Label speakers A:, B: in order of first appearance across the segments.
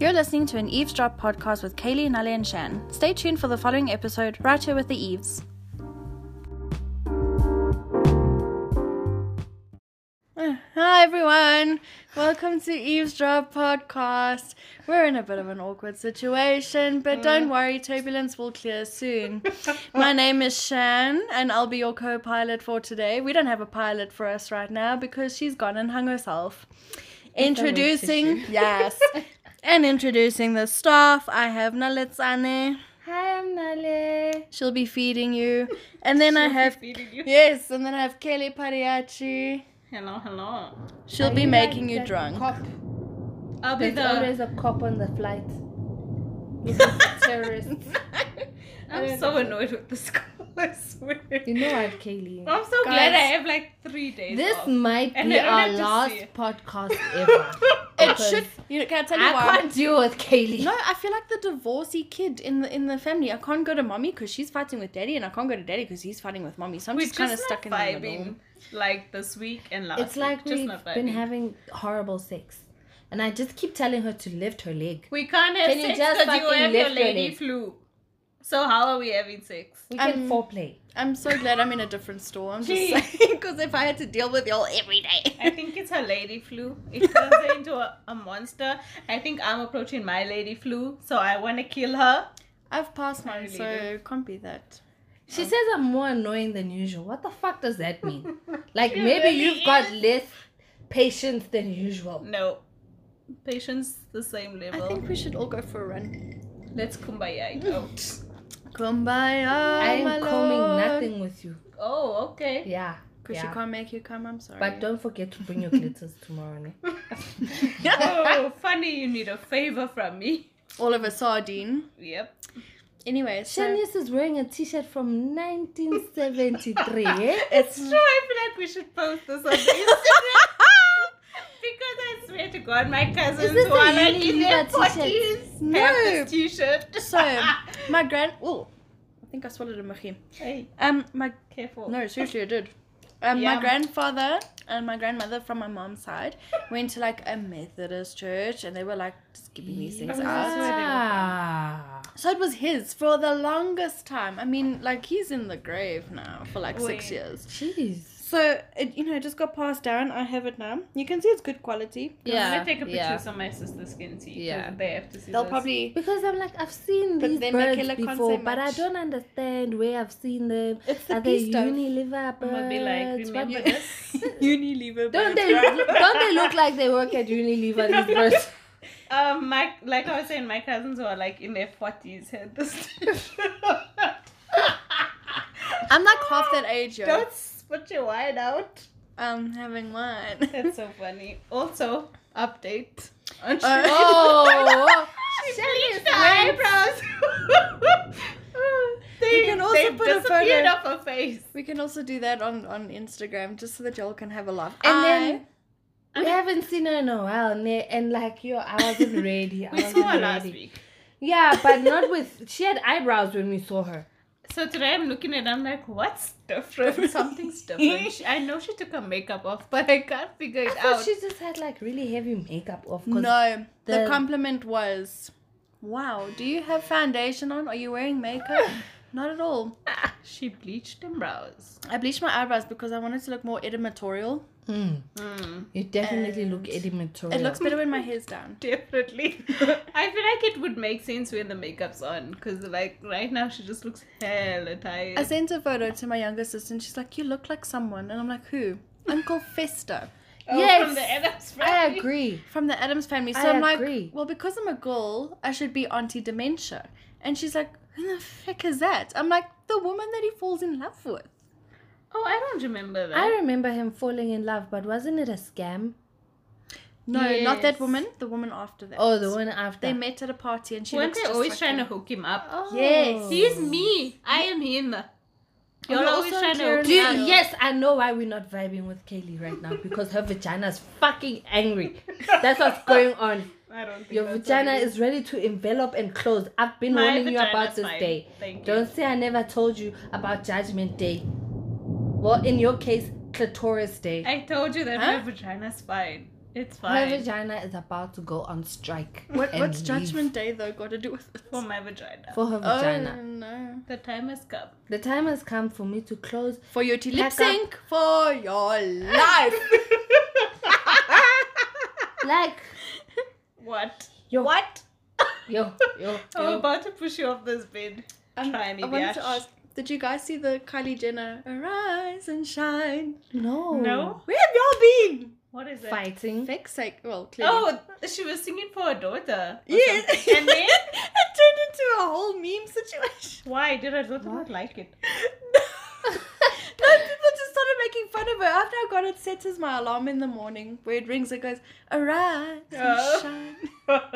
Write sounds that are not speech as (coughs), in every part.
A: You're listening to an Eavesdrop podcast with Kaylee, Nale, and Shan. Stay tuned for the following episode, right here with the Eves. Hi everyone, welcome to Eavesdrop Podcast. We're in a bit of an awkward situation, but don't worry, turbulence will clear soon. My name is Shan, and I'll be your co pilot for today. We don't have a pilot for us right now because she's gone and hung herself. Introducing, yes, and introducing the staff, I have Nalitsane.
B: Hi, I'm Nale.
A: She'll be feeding you. And then I have, yes, and then I have Kelly Pariachi.
C: Hello, hello.
A: She'll be making you drunk. (laughs)
B: Cop.
C: I'll be
B: There's
C: the.
B: always a cop on the flight. With the terrorists.
C: I'm so annoyed (laughs) with this call. I swear.
B: You know what, Kaylee?
C: I'm so glad I have like three days.
B: This
C: off.
B: might
C: And
B: be
C: I don't
B: our
C: have to
B: last
C: see it.
B: podcast (laughs) ever.
A: It should. You know, can I tell you
B: I
A: why?
B: can't deal with Kaylee.
A: No, I feel like the divorcee kid in the in the family. I can't go to mommy because she's fighting with daddy, and I can't go to daddy because he's fighting with mommy. So I'm
C: (laughs) We're
A: just kind of
C: not
A: stuck in the
C: vibing
A: middle.
C: like this week and last.
B: It's like
C: week. just
B: we've
C: not vibing.
B: been having horrible sex. And I just keep telling her to lift her leg.
C: We can't have
B: Can you
C: sex
B: just
C: because you
B: fucking
C: have your
B: lift your
C: lady
B: leg?
C: flu. So how are we having
B: (laughs)
C: sex?
B: We can
A: Um,
B: foreplay.
A: I'm so glad I'm in a different store. I'm just
C: Gee.
A: saying because if I had to deal with y'all every day,
C: I think it's her lady flu. It turns her into a, a monster. I think I'm approaching my lady flu, so I want to kill her.
A: (laughs) I've passed mine,
C: Really,
A: so can't be that.
B: She says I'm more annoying than usual. What the fuck does that (laughs) mean? Like
C: She
B: maybe
C: really
B: you've got less patience than usual.
C: No, patience the same level.
A: I think we should all go for a run.
C: Let's kumbaya
B: (laughs)
C: it out.
A: Kumbaya,
B: I am combing
A: nothing
B: nothing with you.
C: Oh, okay.
B: Yeah.
A: because she
B: yeah.
A: can't make you come. I'm sorry.
B: But don't (laughs) forget to bring your glitters tomorrow. Ne?
C: (laughs) oh, funny, you need a favor from me.
A: (laughs) all of a sardine.
C: Yep.
A: Anyway, so
B: Shanice is wearing a t-shirt from 1973. eh?
C: (laughs) It's true, I feel like we should post
A: (laughs)
C: this on Instagram. because I swear to God, my cousins
B: this
C: who
B: a
C: are like in their
B: Unilever t-shirt?
C: 40s have
A: No.
C: this t-shirt. (laughs)
A: so my grand. Oh, I think I swallowed a machine.
C: hey,
A: Um, my
C: careful.
A: No, seriously, I did. Um, my
C: Yum.
A: grandfather and my grandmother from my mom's side went to like a Methodist church and they were like just giving these things out.
B: Ah.
A: So it was his for the longest time. I mean, like he's in the grave now for like six
C: Wait.
A: years.
B: Jeez.
A: So it, you know, it just got passed down. I have it now. You can see it's good quality.
C: I'm gonna take a picture so my sisters can see. 'cause
B: Yeah.
C: They have to see
A: They'll
C: this.
A: (laughs) probably
B: Because I'm like, I've seen
A: But
B: these
A: then Makela
B: birds
A: can't
B: before,
A: say
B: but I
A: much.
B: don't understand where I've seen them.
A: it's the
B: Are they
A: beast of
B: Unilever
C: I'm
B: birds?
C: gonna be like,
B: What-
C: remember
A: you-
C: this?
A: Unilever.
B: (laughs) Don't
A: birds.
B: they don't they look like they work at Unilever?
C: (laughs)
B: These birds.
C: Um, my like I was saying, my cousins who are like in their forties had this t-shirt.
A: (laughs) (laughs) I'm like half that age, yo.
C: (laughs) Don't spit your wine out.
A: Um, having wine. (laughs)
C: That's so funny. Also, update. On
A: Uh,
C: Shelley.
A: (laughs)
B: Oh.
C: She bleached her eyebrows. they,
A: We can also
C: they
A: put a
C: disappeared
A: photo.
C: off her face.
A: We can also do that on on Instagram just so that y'all can have a laugh.
B: And
A: I-
B: then
C: (laughs)
B: we haven't seen her in a while, ne? and like yo, I wasn't ready. I
C: We
A: Oh,
B: wasn't
C: saw her
B: ready.
C: last week.
B: Yeah, but not with. She had eyebrows when we saw her.
C: So today I'm looking at I'm like, what's
A: (laughs)
C: different? Something's different. She- (laughs) I know she took her makeup off, but I can't figure it
B: So
C: out.
B: she just had like really heavy makeup off. 'cause-
A: No, the,
B: the-
A: compliment was, "Wow, do you have foundation on? Are you wearing (laughs) makeup?" Not at all.
C: She bleached her brows.
A: I bleached my eyebrows because I wanted to look more editorial.
B: Mm,
A: Hmm.
C: Mm.
B: you definitely look editorial.
A: It looks better when my hair's down.
C: Definitely. (laughs) I feel like it would make sense when the makeup's on, because like right now she just looks hella tired.
A: I sent a photo to my younger sister, and she's like, "You look like someone," and I'm like, (laughs) "Who?" Uncle Fester
C: oh,
B: Yes.
C: from the Adams
B: I
C: Family.
B: agree.
A: from the Adams family. So
B: I
A: am
B: agree.
A: like, "Well, because I'm a girl, I should be Auntie Dementia," and she's like, "Who the frick is that?" I'm like, "The woman that he falls in love with."
C: Oh, I don't remember that.
B: I remember him falling in love, but wasn't it a scam?
A: No, not that
C: Yes.
A: woman. The woman after that.
B: Oh, the one after.
A: They met at a party and she
C: Weren't
A: looks
C: they
A: just
C: always
A: like
C: trying
A: him.
C: to hook him up?
B: Oh.
A: Yes.
C: He's me. I am him. You're
A: We're
C: always
A: also
C: trying to hook
B: Do you-
C: him
A: Karen-
C: up.
B: yes, I know why we're not vibing with Kaylee right now because her vagina's fucking angry. That's (laughs) what's going on.
C: I don't think
B: Your
C: that's
B: vagina
C: what it
B: is ready to envelop and close. I've been
C: My
B: warning you about
C: vagina's
B: this
C: fine.
B: day.
C: Thank you.
B: Don't say I never told you about Judgment Day. Well, in your case, clitoris day.
C: I told you that
A: Huh?
C: my vagina's fine. It's
B: Her
C: fine.
B: vagina is about to go on strike.
A: What,
B: and
A: what's
B: leave
A: Judgment Day though got to do with this?
C: For my vagina.
B: For her
A: Oh
B: vagina.
A: no!
C: the time has
B: (laughs)
C: come.
B: The time has come for me to close.
A: For you to lip
B: Pack up.
A: sync for your life.
B: Like,
C: what?
B: Yo.
C: What?
B: yo, yo,
C: I'm
B: yo.
C: about to push you off this bed.
A: Um,
C: (laughs) Try me,
A: I wanted to
C: Biatch.
A: ask, did you guys see the Kylie Jenner "Arise and Shine"?
B: No.
C: No?
A: Where have y'all been?
C: What is it?
B: Fighting.
A: Vex sake. Well, clearly.
C: Oh, she was singing for her daughter. or
A: yes. (laughs)
C: something. And then?
A: it turned into a whole meme situation.
C: Why? Did her daughter
B: What?
C: not like it?
A: (laughs) no, people just started making fun of her. After I got it set as my alarm in the morning, where it rings, it goes, "Arise
C: Oh.
A: and
C: (laughs)
A: shine."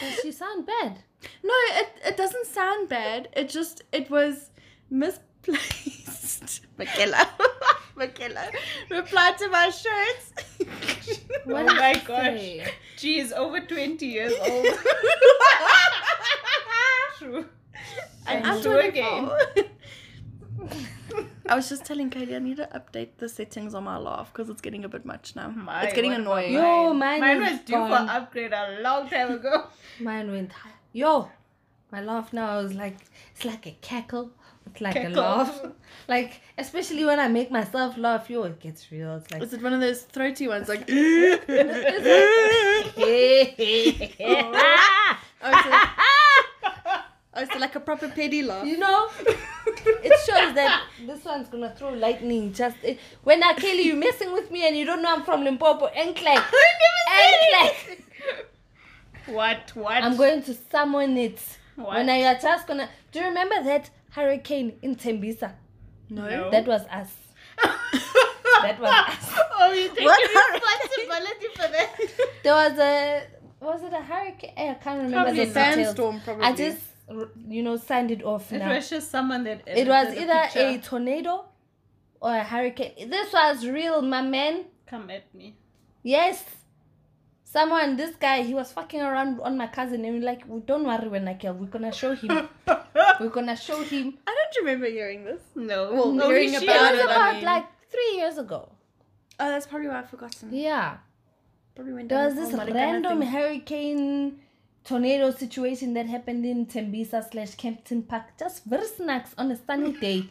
B: Does she sound bad?
A: No, it it doesn't sound bad. It just it was (laughs) misplaced. Michaela, Michaela, reply to my shirts. (laughs)
B: What
C: oh
B: did
C: my
B: she
C: gosh.
B: say?
C: She is over
A: (laughs)
C: 20 years old. True.
A: and
B: And
A: I'm
C: do again. Oh
A: 24. (laughs)
C: (laughs)
A: I was just telling Katie I need to update the settings on my laugh because it's getting a bit much now.
C: My,
A: it's getting
C: what about
A: annoying.
B: mine? Yo,
C: mine,
B: is
C: was due for
B: gone.
C: upgrade a long time ago.
B: (laughs) Mine went, yo. My laugh now is like, it's like a cackle. It's like
C: Cackle.
B: a laugh. (laughs) Like, especially when I make myself laugh, yo, it gets real. It's
A: (laughs)
B: like,
A: Is it one of those throaty ones
B: (laughs)
A: like? oh, so,
B: (laughs)
A: oh, so like a proper petty laugh.
B: you know, it
C: (laughs)
B: shows that this one's gonna throw lightning. Just it. when I kill you, you're messing with me, and you don't know I'm from Limpopo.
C: (laughs)
B: Enclave, enclave.
C: What? What?
B: I'm going to summon it.
C: What?
B: When I are just gonna. Do you remember that hurricane in Tembisa?
C: No. (laughs)
B: That was us.
C: that
B: was us.
C: Oh, you take
A: What
C: responsibility for that.
A: (laughs)
B: There was a. Was it a hurricane? Eh, I can't remember
C: Probably
B: the
A: a
C: not.
B: details.
A: sandstorm probably.
B: I just, r- you know, signed it off
C: It
B: now.
C: was just someone that.
B: It was
C: edited the
B: either
C: picture.
B: a tornado or a hurricane. This was real, my man.
C: Come at
B: (laughs)
C: me.
B: Yes. Someone, this guy, he was fucking around on my cousin and we like, "We don't worry when I kill. We're gonna
C: (laughs)
B: show him. We're gonna show him.
A: I don't remember hearing this.
C: No.
A: Well,
C: Only
A: hearing about
C: she
B: It
C: knows
B: was
A: it, I
B: about
A: mean.
B: like three years ago.
A: Oh, that's probably why I've forgotten.
B: Yeah.
A: Probably went
B: There
A: down
B: was
A: the
B: this
A: whole Marikana
B: random (laughs)
A: thing.
B: hurricane tornado situation that happened in Tembisa slash Kempton Park. Just very snacks on a sunny day.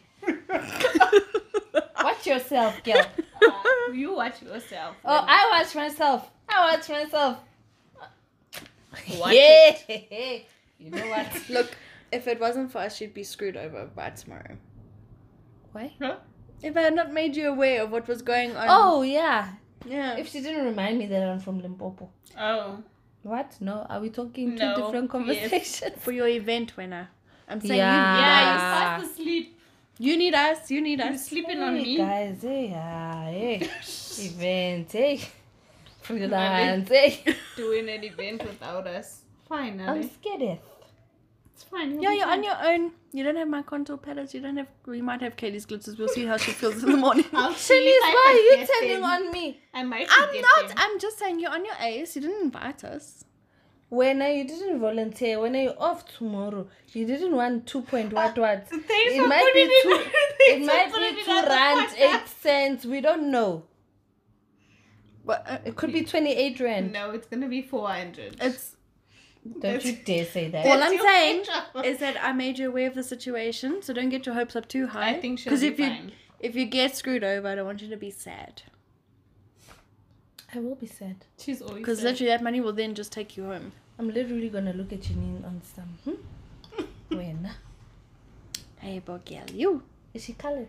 B: Watch yourself,
A: (laughs)
B: girl.
C: about- You watch yourself.
B: Oh, I watch myself. I watch myself.
C: Watch
B: yeah. You know what?
A: Look, if it wasn't for us, she'd be screwed over by tomorrow.
B: (laughs) Why?
A: If I had not made you aware of what was going on.
B: Oh yeah.
A: yeah.
B: If she didn't remind me that I'm from Limpopo.
C: Oh.
B: What? No, are we talking two
C: No. (laughs)
B: different conversations?
A: for your event winner. I'm saying
B: Yeah.
C: Yeah, you
B: Ah.
C: fast asleep.
A: you, you need us. You need
C: You're
A: us.
C: sleeping on
B: Hey,
C: me.
B: Guys, hey,
C: (laughs)
B: ah, hey. Event, hey.
C: (laughs)
B: Freelance, hey.
C: Doing an event without us. Finally.
B: I'm scared. eh.
C: it's fine. you'll
A: Yeah,
C: be
A: you're
C: fine.
A: on your own. You don't have my contour palettes. You don't have. We might have Katie's glitters. We'll see how she feels in the morning.
C: I'll see
B: Shanice,
C: if I
B: why are you
C: forget
B: turning
C: them.
B: on me?
C: I might
A: I'm
C: forget
A: not.
C: them.
A: I'm just saying you're on your ace. You didn't invite us.
B: When are you didn't volunteer, when are you off tomorrow? You didn't want two
C: (laughs)
B: point what what.
C: Thanks
B: It
C: for
B: might
C: putting (laughs)
B: be
C: it-
B: two.
C: thanks
B: It
C: for
B: might
C: putting
B: be
C: it
B: two
C: on the
B: rand
C: podcast.
B: eight cents. We don't know.
A: But uh,
B: It could be twenty eight rand.
C: No, it's gonna be 400.
A: it's.
B: Don't you dare
C: (laughs)
B: say that.
A: All
C: That's
A: I'm
C: your
A: saying
C: picture.
A: is that I made you aware of the situation, so don't get your hopes up too high.
C: I think she'll
A: because
C: be
A: if you
C: fine.
A: if you get screwed over, I don't want you to be sad.
B: I will be sad.
C: She's always
A: Because
C: sad.
A: literally, that money will then just take you home.
B: I'm literally gonna look at Janine on some. Hmm? when
A: Hey, boy, girl, you.
B: is she colored?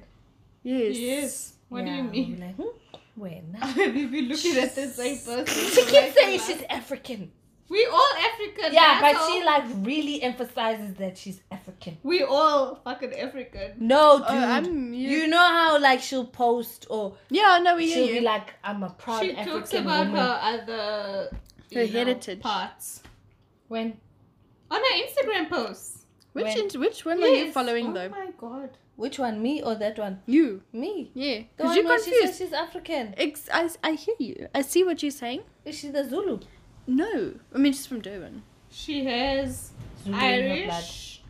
A: Yes.
C: (laughs) Yes. What do
B: Yeah,
C: you
B: I'll be
C: (laughs) mean?
B: Like, hmm? When
C: (laughs) We've been looking at the same person.
B: she
C: for
B: keeps
C: like
B: saying
C: the
B: she's
C: last-
B: African.
C: We all African.
B: Yeah, but
C: that's
B: she
C: all.
B: like really emphasizes that she's African.
C: We all fucking African.
B: No, dude.
A: Oh, I'm you.
B: you know how like she'll post or
A: Yeah, no, we
B: she'll
A: hear
B: be
A: you.
B: like, "I'm a proud
C: she
B: African
C: talks about
B: woman."
C: her other
A: Her
C: you know,
A: heritage.
C: parts
B: When
C: on her Instagram posts.
A: which
B: when-
A: int- which one are you
C: Yes.
A: following
C: oh
A: though?
C: my god.
B: which one, me or that one?
A: You.
B: Me.
A: Yeah.
B: The
A: Because
B: one
A: you're
B: where she
A: confused.
B: says she's African.
A: Ex- I, I hear you. I see what you're saying.
B: Is she the Zulu?
A: No. I mean, she's from Durban.
C: She has
B: Zulu in her blood.
C: Irish,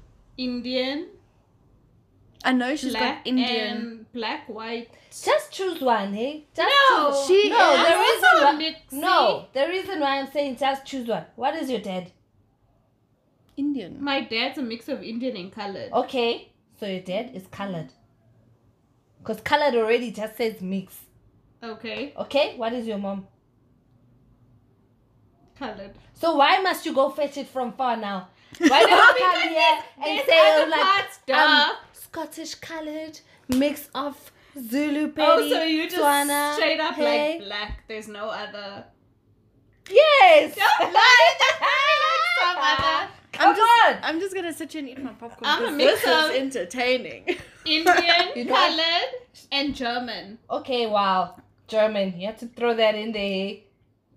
C: Indian,
A: I know she's
C: black,
A: got Indian.
C: and black, white.
B: Just choose one, hey? Just
C: No,
B: choose.
A: she
B: no,
A: is-
B: the
C: I'm also
B: reason
C: a
B: why,
C: mixie.
B: no, the reason why I'm saying just choose one. What is your dad?
A: Indian.
C: My dad's a mix of Indian and colored.
B: Okay, so your dad is colored. Cause colored already just says mix. Oh.
C: Okay,
B: Okay, what is your mom?
C: colored.
B: So why must you go fetch it from far now?
C: (laughs)
B: Why don't you come here and
C: There's
B: say oh,
C: other
B: like
C: parts, duh.
B: um, Scottish colored mix of Zulu, Pedi,
C: oh, so you just
B: Tswana,
C: straight up
B: hey.
C: like black. There's no other. (laughs)
B: yes.
C: Don't lie. Just tell me like some other
B: Come
A: I'm just,
B: on.
A: I'm just gonna sit here and eat my popcorn.
C: I'm a
A: 'cause this
C: mix
A: is
C: of-
A: entertaining.
C: Indian,
B: (laughs) You know-
C: colored, and German.
B: Okay, wow. German. You have to throw that in there.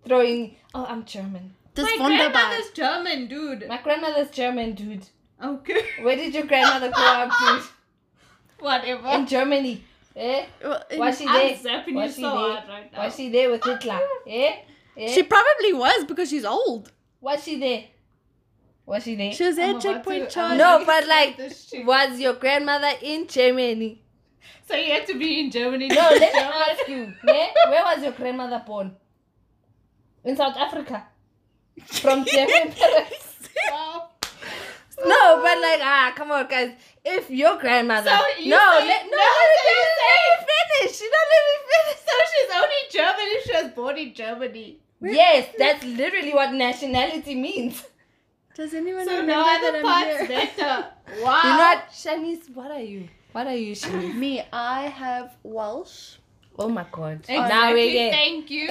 B: Throw in. Oh, I'm German.
A: (laughs) This
C: My
A: Wunderbar.
C: grandmother's German, dude.
B: My grandmother's German, dude.
C: Okay.
B: Where did your grandmother grow up, dude?
C: Whatever.
B: In Germany. Eh?
A: Well, in-
B: Was she
C: I'm
B: there?
C: zapping
B: Was
C: you
B: she
C: so hard
B: there?
C: right now.
B: Was she there with Hitler? Eh? eh?
A: She probably was because she's old.
B: Was she there? Was she there?
A: She was
C: I'm
A: at
C: about
A: checkpoint
C: to- I'm
A: charge.
B: No,
C: about
B: but
C: to
B: like,
C: this shit.
B: Was your grandmother in Germany?
C: So you had to be in Germany. (laughs) to
B: No,
C: be
B: let me
C: German.
B: ask you. eh? Where was your grandmother born? In South Africa. (laughs) From German parents.
C: Wow.
B: No, but like, ah, come on, guys. If your grandmother,
C: So you
B: no,
C: say-
B: let, no,
C: no,
B: let,
C: so
B: me,
C: you
B: let me finish. You don't let me finish.
C: So she's only German if she was born in Germany.
B: Yes, that's literally what nationality means.
A: Does anyone
C: So
A: remember
C: no
A: that
C: other
A: I'm
C: parts
A: here?
C: better. Wow.
B: You know what, Shanice? What are you? What are you,
A: (laughs)
B: Shanice?
A: Me, I have Welsh.
B: Oh my God!
C: Exactly.
B: Now we're here.
C: Thank you.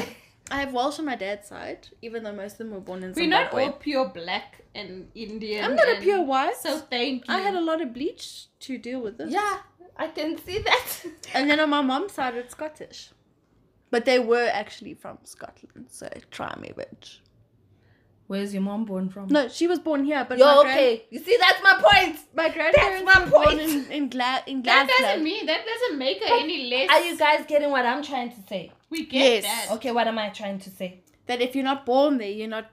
A: I have Welsh on my dad's side, even though most of them were born in
C: We're not
A: Zimbabwe.
C: all pure black and Indian.
A: I'm not a
C: and-
A: pure white.
C: So thank you.
A: I had a lot of bleach to deal with this.
B: Yeah, I can see that.
A: And then on my mom's side, it's Scottish. But they were actually from Scotland, so try me, bitch.
B: (laughs) Where's your mom born from?
A: No, she was born here, but my,
B: Yo,
A: gran-
B: okay. You see, that's my point.
A: my grandparents
B: my
A: were born
B: point.
A: in, in, Gla- in
C: that
A: Glasgow.
C: doesn't mean that doesn't make her any less.
B: Are you guys getting what I'm trying to say?
C: we
A: Yes.
C: get that.
B: Okay, what am I trying to say?
A: that if you're not born there, you're not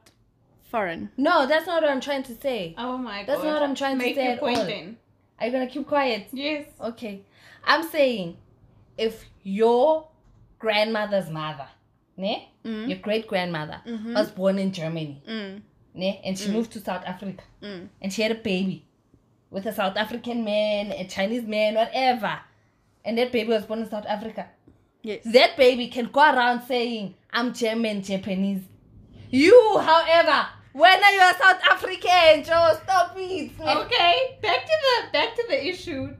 A: foreign.
B: No, that's not what I'm trying to say.
C: Oh my god.
B: That's not what I'm trying to
C: Make
B: say
C: your
B: at
C: point
B: all.
C: then.
B: Are you gonna keep quiet?
C: Yes.
B: Okay. I'm saying if your grandmother's mother, ne?
A: Mm. Mm-hmm.
B: Your great grandmother was born in Germany,
A: Mm.
B: ne? And she moved to South Africa
A: Mm.
B: and she had a baby with a South African man, a Chinese man, whatever. And that baby was born in South Africa.
A: Yes.
B: That baby can go around saying, I'm German, Japanese. You, however, when are you a South African? Joe, stop it. man.
C: Okay, back to the back to the issue.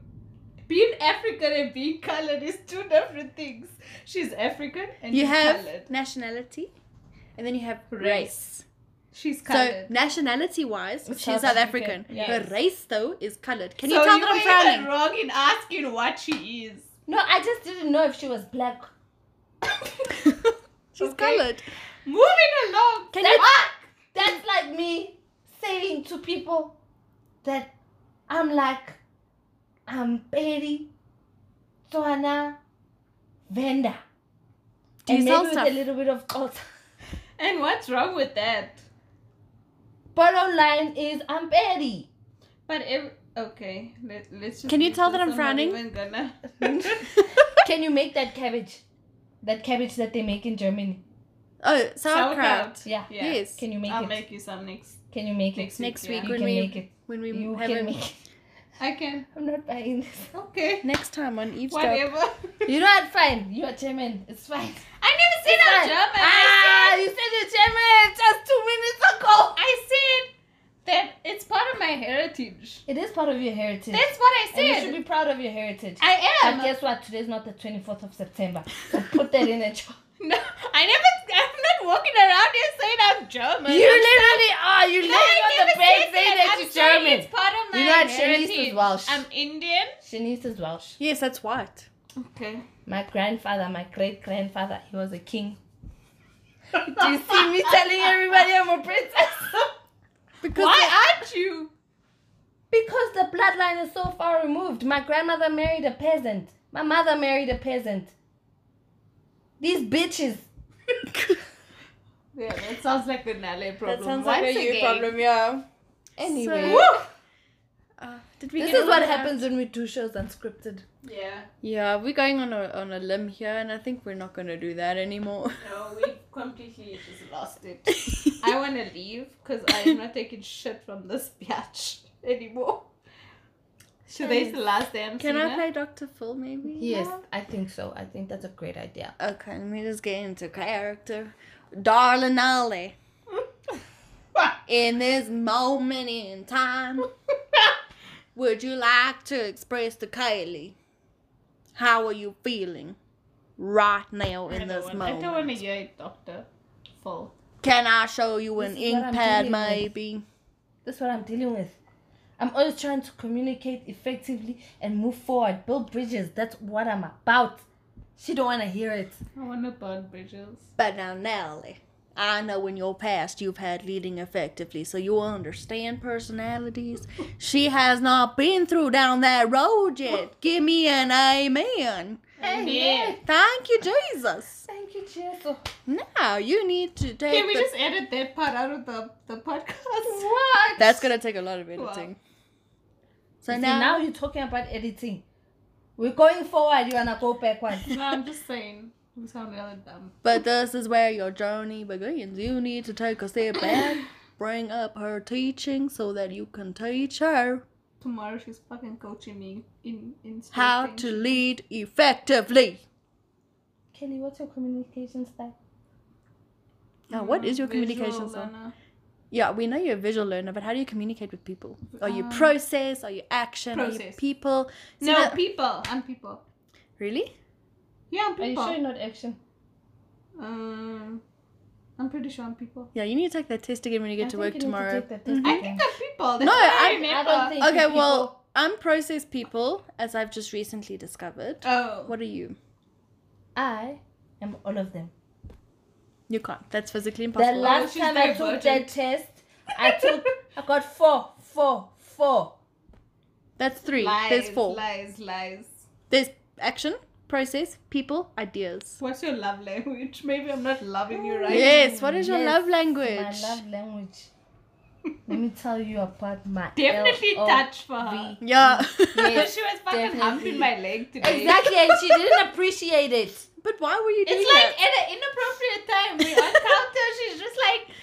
C: Being African and being colored is two different things. She's African and
A: You
C: she's
A: have
C: colored.
A: nationality, and then you have race.
C: Race. She's
A: So
C: colored.
A: nationality wise,
B: It's
A: she's
B: South
A: South,
B: African,
A: African.
B: yes.
A: Her race though is coloured. Can
C: So
A: you tell
C: you
A: that I'm
C: were
A: frowning?
C: even wrong in asking what she is.
B: No, I just didn't know if she was black.
A: She's
C: Okay.
A: coloured.
C: Moving along.
B: Can
C: That's-
B: you- That's like me saying to people that I'm like, I'm Betty, Tswana, Venda.
A: Do you
B: and
A: sell
B: maybe
A: stuff?
B: with a little bit of culture.
C: And what's wrong with that?
B: Bottom line is I'm Betty.
C: But ev- okay, let, let's just.
A: Can you
C: leave
A: tell
C: this.
A: that I'm
C: not
A: frowning?
C: even
A: (laughs)
C: gonna- (laughs)
B: Can you make that cabbage? That cabbage that they make in Germany.
A: (laughs) oh, sauerkraut.
C: Sauerkraut.
B: Yeah.
C: Yeah.
A: Yes.
B: Can you make
C: I'll
B: it?
C: make you some next
B: Can you make it?
C: next,
A: Next week
C: week. yeah.
B: You
A: when
B: can
A: we
B: make it.
A: when we
B: You
A: have
B: can
A: a,
B: make it.
C: I can.
B: (laughs) I'm not buying this.
C: Okay.
A: next time on eavesdrop.
C: Whatever. (laughs)
B: You know what? Fine. You're German. It's fine.
C: I never said I'm
B: Fine.
C: German.
B: Ah,
C: I said-
B: you said you're German just two minutes ago.
C: I said that it's part of my
B: (laughs)
C: heritage.
B: It is part of your heritage.
C: That's what I
B: and you should
C: said.
B: be proud of your heritage.
C: I
B: But
C: am.
B: guess what? Today's not the 24th of September. So put that in a jar.
C: (laughs) No, I never. I'm not walking around here saying I'm German.
B: (laughs) You literally are. You
C: No,
B: literally
C: I
B: on the
C: never
B: bag
C: said
B: saying
C: that.
B: that
C: I'm
B: you're
C: saying
B: German.
C: It's part of my
B: You know what?
C: heritage.
B: Shanice is Welsh.
C: I'm Indian.
B: Shanice is Welsh.
A: (laughs) Yes, that's white.
C: (laughs) Okay.
B: My grandfather, my great grandfather, he was a king. (laughs) Do you see me telling everybody I'm a princess? (laughs)
A: Because (laughs)
C: Why aren't you?
B: Because the bloodline is so far removed. My grandmother married a peasant. My mother married a peasant. These bitches.
C: Yeah, that sounds like a Nale problem.
A: that sounds
C: Once
A: like a you
C: again.
A: problem, yeah.
B: Anyway.
A: So- Uh, did we
B: This
A: get
B: is
A: all
B: what
A: that?
B: happens when we do shows unscripted.
C: Yeah.
A: Yeah, we're going on a on a limb here, and I think we're not gonna do that anymore. (laughs)
C: No, we completely just lost (laughs) it. I want to leave because I'm not taking shit from this bitch anymore. Today's the last day I'm
A: Can
C: seeing
A: I
C: her. (laughs)
A: play Doctor Phil maybe?
B: Yes,
A: now?
B: I think so. I think that's a great idea.
A: Okay, let me just get into character. Darling Ollie, in this moment in
B: (laughs)
A: time, would you like to express to Kaylee how are you feeling right now
C: I
A: in
C: don't
A: this
C: want- I
A: moment?
C: don't want to hear it, Doctor. Full.
A: Can I show you an
B: This is what
A: ink
B: I'm
A: pad
B: dealing with.
A: maybe?
B: That's what I'm dealing with. I'm always trying to communicate effectively and move forward, build bridges. That's what I'm about. She don't want to hear it.
C: I want to burn bridges.
A: But now, Nelly, I know in your past you've had leading effectively, so you understand personalities. She has not been through down that road (gasps) yet. Give me an amen.
C: Yeah.
A: Thank you, Jesus.
B: Thank you, Jesus.
A: Now you need to take.
C: Can we
A: the-
C: just edit that part out of the, the podcast? (laughs)
B: What?
A: That's gonna take a lot of editing. So
B: See,
A: now,
B: now you're talking about editing. We're going forward. You wanna go backwards.
C: No, I'm just saying. We sound really dumb.
A: but this is where your journey begins. You need to take a step (coughs) back, bring up her teaching so that you can teach her
C: Tomorrow she's fucking coaching me in in straight
A: how
C: things.
A: to lead effectively.
B: (laughs) Kelly, what's your communication style?
A: Now, what is your
C: Visual
A: communication style?
C: learner.
A: Yeah, we know you're a visual learner, but how do you communicate with people? Are you
C: Um,
A: process? Are you action? Are you
C: process.
A: people? See
C: No,
A: that-
C: people. I'm people.
A: really?
C: Yeah, I'm people.
B: not action?
C: Um, I'm pretty sure I'm people.
A: Yeah, you need to take that test again when you get to work tomorrow. Mm-hmm.
C: I think I'm people. That's
A: No,
C: what I,
A: I- I
C: remember.
B: don't think-
A: Okay,
B: people-
A: well, I'm process people, as I've just recently discovered.
C: Oh.
A: What are you?
B: I am all of them.
A: You can't. That's physically
B: The
A: impossible.
B: last
C: Oh, she's
B: time I took
C: divergent.
B: that test, I took I got four, four, four.
A: That's three.
C: Lies,
A: There's four.
C: Lies, lies.
A: There's action, process, people, ideas.
C: What's your love language? (laughs) Maybe I'm not loving you right
A: Yes. What is your
B: Yes,
A: love language?
B: My love language. Let me tell you about my
C: (laughs) Definitely
B: L O
C: touch for her.
B: V.
A: Yeah. (laughs)
C: (laughs)
B: Yes.
C: she was fucking
B: definitely.
C: humping my leg today.
B: Exactly, and she didn't appreciate it.
A: but why were you doing
C: It's
A: that?
C: like at an inappropriate time. We
A: (laughs)
C: on counter, she's just like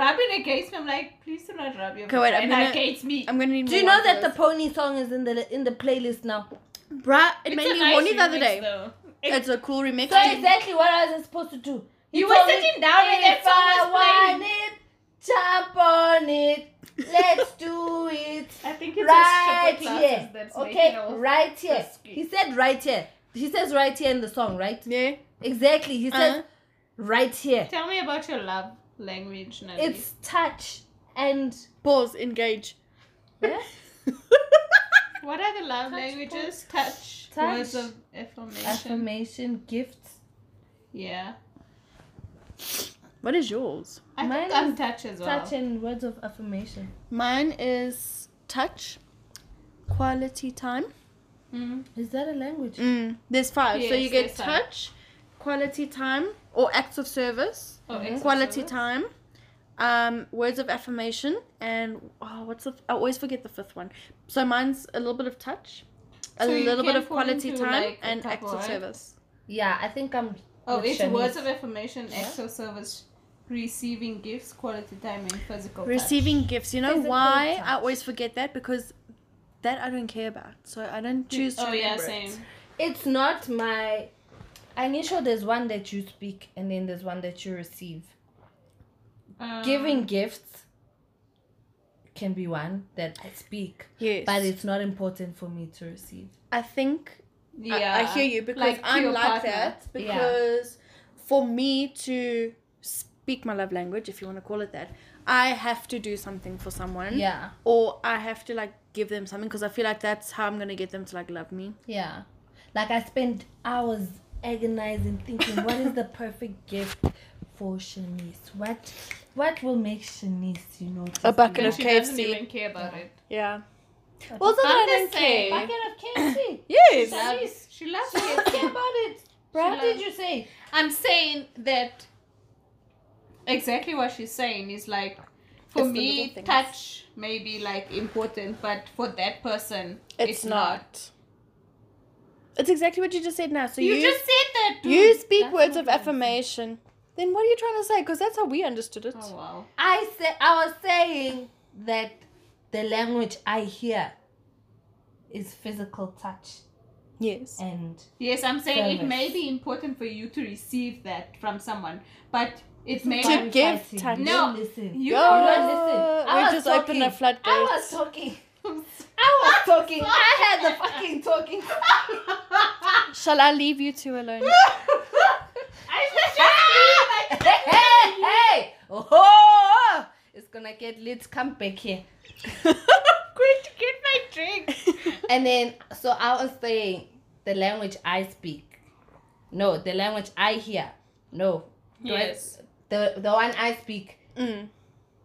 C: rubbing against me. I'm like, please do not rub your
A: Okay, wait, I'm
C: and
A: gonna-
C: against me.
A: I'm gonna need.
B: Do you know that the pony song is in the in the playlist now?
A: the bruh? It
C: It's
A: made
C: a
A: me
C: nice
A: horny the other
C: remix,
A: day.
C: though. It-
A: It's a cool remix.
B: So exactly what I was supposed to do. He
C: You were
B: told me,
C: sitting down and that
B: "If
C: song
B: I
C: was playing."
B: want it, jump on it. Let's do it.
C: I think it's
B: right
C: a stripper classes
B: here.
C: that's making
B: Okay,
C: all
B: right here.
C: this
B: He said right here. He says right here in the song, right?
A: Yeah.
B: Exactly. He says
A: Uh-huh.
B: right here.
C: Tell me about your love language, Nelly.
B: It's touch and
A: Pause. Engage.
B: yeah,
C: what are the love
B: Touch,
C: languages? Touch,
B: Touch.
C: words of affirmation.
B: affirmation, gifts.
C: yeah,
A: (laughs) What is yours?
C: I
B: Mine
C: think I'm
B: is
C: touch as well.
B: Touch and words of affirmation.
A: Mine is touch, quality time.
C: Mm.
B: Is that a language?
A: Mm, there's five. so
C: Yes,
A: you get
C: there's five.
A: touch, quality time, or acts of service,
C: Oh, acts of
A: quality
C: service.
A: time, um, words of affirmation, and oh, what's the? I always forget the fifth one. So mine's a little bit of touch, a
C: So you
A: little bit
C: can
A: of
C: fall
A: quality
C: into,
A: time,
C: like, a
A: and acts
C: couple,
A: of
C: right?
A: service.
B: Yeah, I think I'm.
C: Oh,
B: with
C: it's
B: Shanice.
C: words of affirmation, acts of service, receiving gifts, quality time, and physical. touch.
A: Receiving gifts. You know
B: Physical
A: why I
B: touch.
A: always forget that because that I don't care about. So I don't choose. To
C: Oh yeah,
A: remember it.
C: same.
B: It's not my. I'm not sure there's one that you speak and then there's one that you receive.
C: Uh-huh. Um,
B: Giving gifts can be one that I speak,
A: Yes,
B: but it's not important for me to receive.
A: I think
C: Yeah,
A: I, I hear you because
C: Like, to
A: I'm
C: your
A: like
C: partner.
A: that.
B: Yeah.
A: Because for me to speak my love language, if you want to call it that, I have to do something for someone,
B: Yeah,
A: or I have to like give them something because I feel like that's how I'm gonna get them to like love me.
B: yeah. Like I spent hours agonizing, thinking, what is the perfect gift for Shanice? What, what will make Shanice, you know,
A: A bucket
C: And
A: of
C: she doesn't
A: KFC.
C: even care about it.
A: Yeah. Well, so
C: I'm
A: that I
C: the
A: don't
C: same.
A: care.
B: bucket of KFC?
A: Yes.
B: (coughs) Yeah.
C: Loves, she loves
B: She doesn't care
C: KFC.
B: about it.
C: Bruh.
B: What did you say?
C: I'm saying that exactly what she's saying is like for
A: It's the
C: me,
A: little things.
C: touch may be like important, but for that person,
A: It's,
C: it's,
A: not. It's exactly what you just said now. So
C: You,
A: you
C: just said that. Dude.
A: you speak
B: That's
A: words
B: what
A: of
B: I'm saying.
A: affirmation. Then what are you trying to say? Because that's how we understood it.
C: Oh wow.
B: I say I was saying that the language I hear is physical touch
A: Yes.
B: and
C: Yes, I'm saying it may
B: Service.
C: be important for you to receive that from someone, but it may
A: To (laughs)
C: (laughs) not.
A: give
B: Fighting.
A: touch.
B: No,
C: No.
B: listen.
C: You
A: Yo,
B: Oh,
C: know,
B: no, listen. I
A: we
B: was
A: just opened
B: talking.
A: the floodgates.
B: I was talking. (laughs) I was talking. I had the fucking (laughs) talking.
A: Shall I leave you two alone?
C: (laughs) I was just
B: hey, hey! Oh, it's gonna get lit. Come back (laughs) here.
C: going to get my drink.
B: And then, so I was saying the language I speak. No, the language I hear. No,
C: Yes.
B: the the one I speak
A: Mm.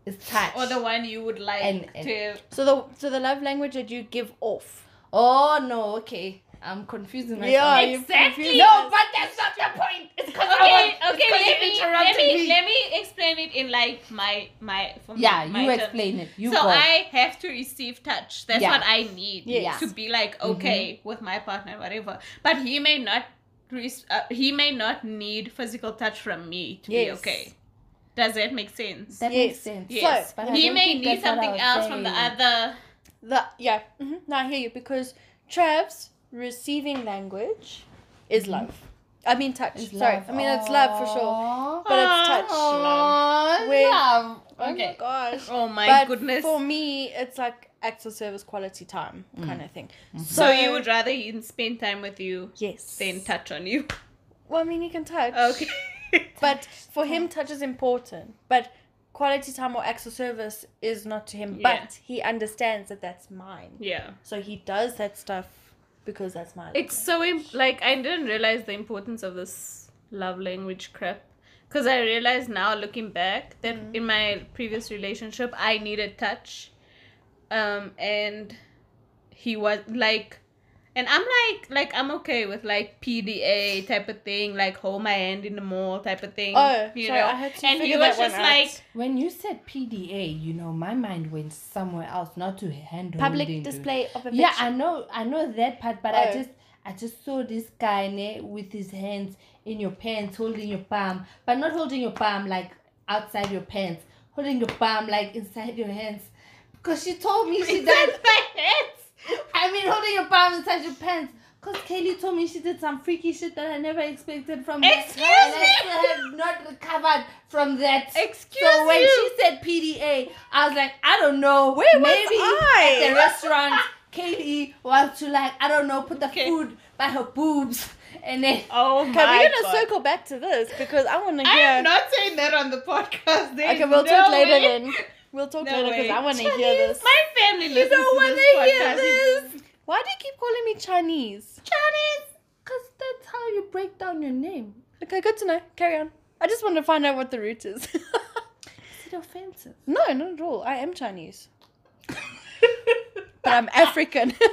B: is touch.
C: Or the one you would like
B: And- and-
C: to.
A: So the so the love language that you give off.
B: oh no, okay, I'm confusing myself.
A: Yeah, you've
C: Exactly.
A: confused
B: No,
A: us.
B: but that's not the point. It's because
C: Okay,
B: I want,
C: okay, let me, let
B: interrupted
C: me,
B: me.
C: let me explain it in like my my from
B: yeah,
C: my
B: you
C: terms.
B: explain it. You
C: so
B: go.
C: I have to receive touch. That's
B: Yeah.
C: what I need
B: Yes. Mm-hmm.
C: to be like okay with my partner, whatever. But he may not, re- uh, he may not need physical touch from me to be
A: Yes.
C: okay. Does that make sense?
B: that
A: Yes.
B: makes sense.
C: yes.
B: but I
C: he
B: don't
C: may
B: think
C: need
B: that's what I
C: something
B: was
C: else from the
B: saying.
C: other.
A: The yeah. hmm Now I hear you because Trav's receiving language
C: Mm-hmm.
A: is love. I mean touch.
B: It's
A: Sorry.
B: love.
A: I mean it's love for sure.
B: Aww.
A: But it's touch.
B: Aww,
A: Wait.
B: love.
A: Oh my
C: Okay.
A: gosh.
C: Oh (laughs) my
A: but
C: goodness.
A: for me, it's like acts of service, quality time kind of thing.
C: Mm. Mm-hmm. so you would rather he spend time with you
A: yes.
C: than touch on you? (laughs)
A: Well, I mean, you can touch.
C: Okay. Mm.
A: But for him, touch is important. But quality time or acts of service is not to him.
C: Yeah.
A: But he understands that that's mine.
C: yeah.
A: So he does that stuff because that's mine.
C: It's so Im- like I didn't realize the importance of this love language crap because I realize now looking back that
A: Mm-hmm.
C: in my previous relationship I needed touch, um, and he was like, and I'm like, like I'm okay with like PDA type of thing, like hold my hand in the mall type of thing.
A: Oh, sorry, I had to
C: and he
A: figure
C: was
A: that one
C: just
A: out.
C: like,
B: When you said PDA, you know, my mind went somewhere else, not to hand holding,
A: public
B: dude.
A: display of affection.
B: Yeah, I know, I know that part, but I
A: Oh.
B: just, I just saw this guy ne, with his hands in your pants, holding your palm, but not holding your palm like outside your pants, holding your palm like inside your hands, because she told me
C: (laughs)
B: she does.
C: that's my hands.
B: I mean, holding your palm inside your pants. Cause Kaylee told me she did some freaky shit that I never expected from her,
C: Excuse
B: and
C: me?
B: I still have not recovered from that.
C: Excuse
B: so when
C: you.
B: she said PDA, I was like, I don't know. Where
A: was
B: maybe
A: I?
B: at the restaurant, Kaylee wants to like, I don't know, put the
C: Okay.
B: food by her boobs, and then
C: Oh
A: Okay,
C: my
A: we're gonna
C: god.
A: circle back to this because I want to
C: I
A: hear.
C: am not saying that on the podcast. There
A: okay,
C: is
A: we'll talk
C: no
A: later
C: way.
A: then. We'll talk
C: No
A: later
C: way.
A: because I want to hear this.
C: My family listens
B: don't
C: to
B: wanna
C: this
B: hear
C: podcast.
B: this.
A: Why do you keep calling me Chinese?
B: Chinese, cause that's how you break down your name.
A: Okay, good to know. Carry on. I just want to find out what the root is. (laughs)
B: Is it offensive?
A: no, not at all. I am Chinese, but I'm African. (laughs)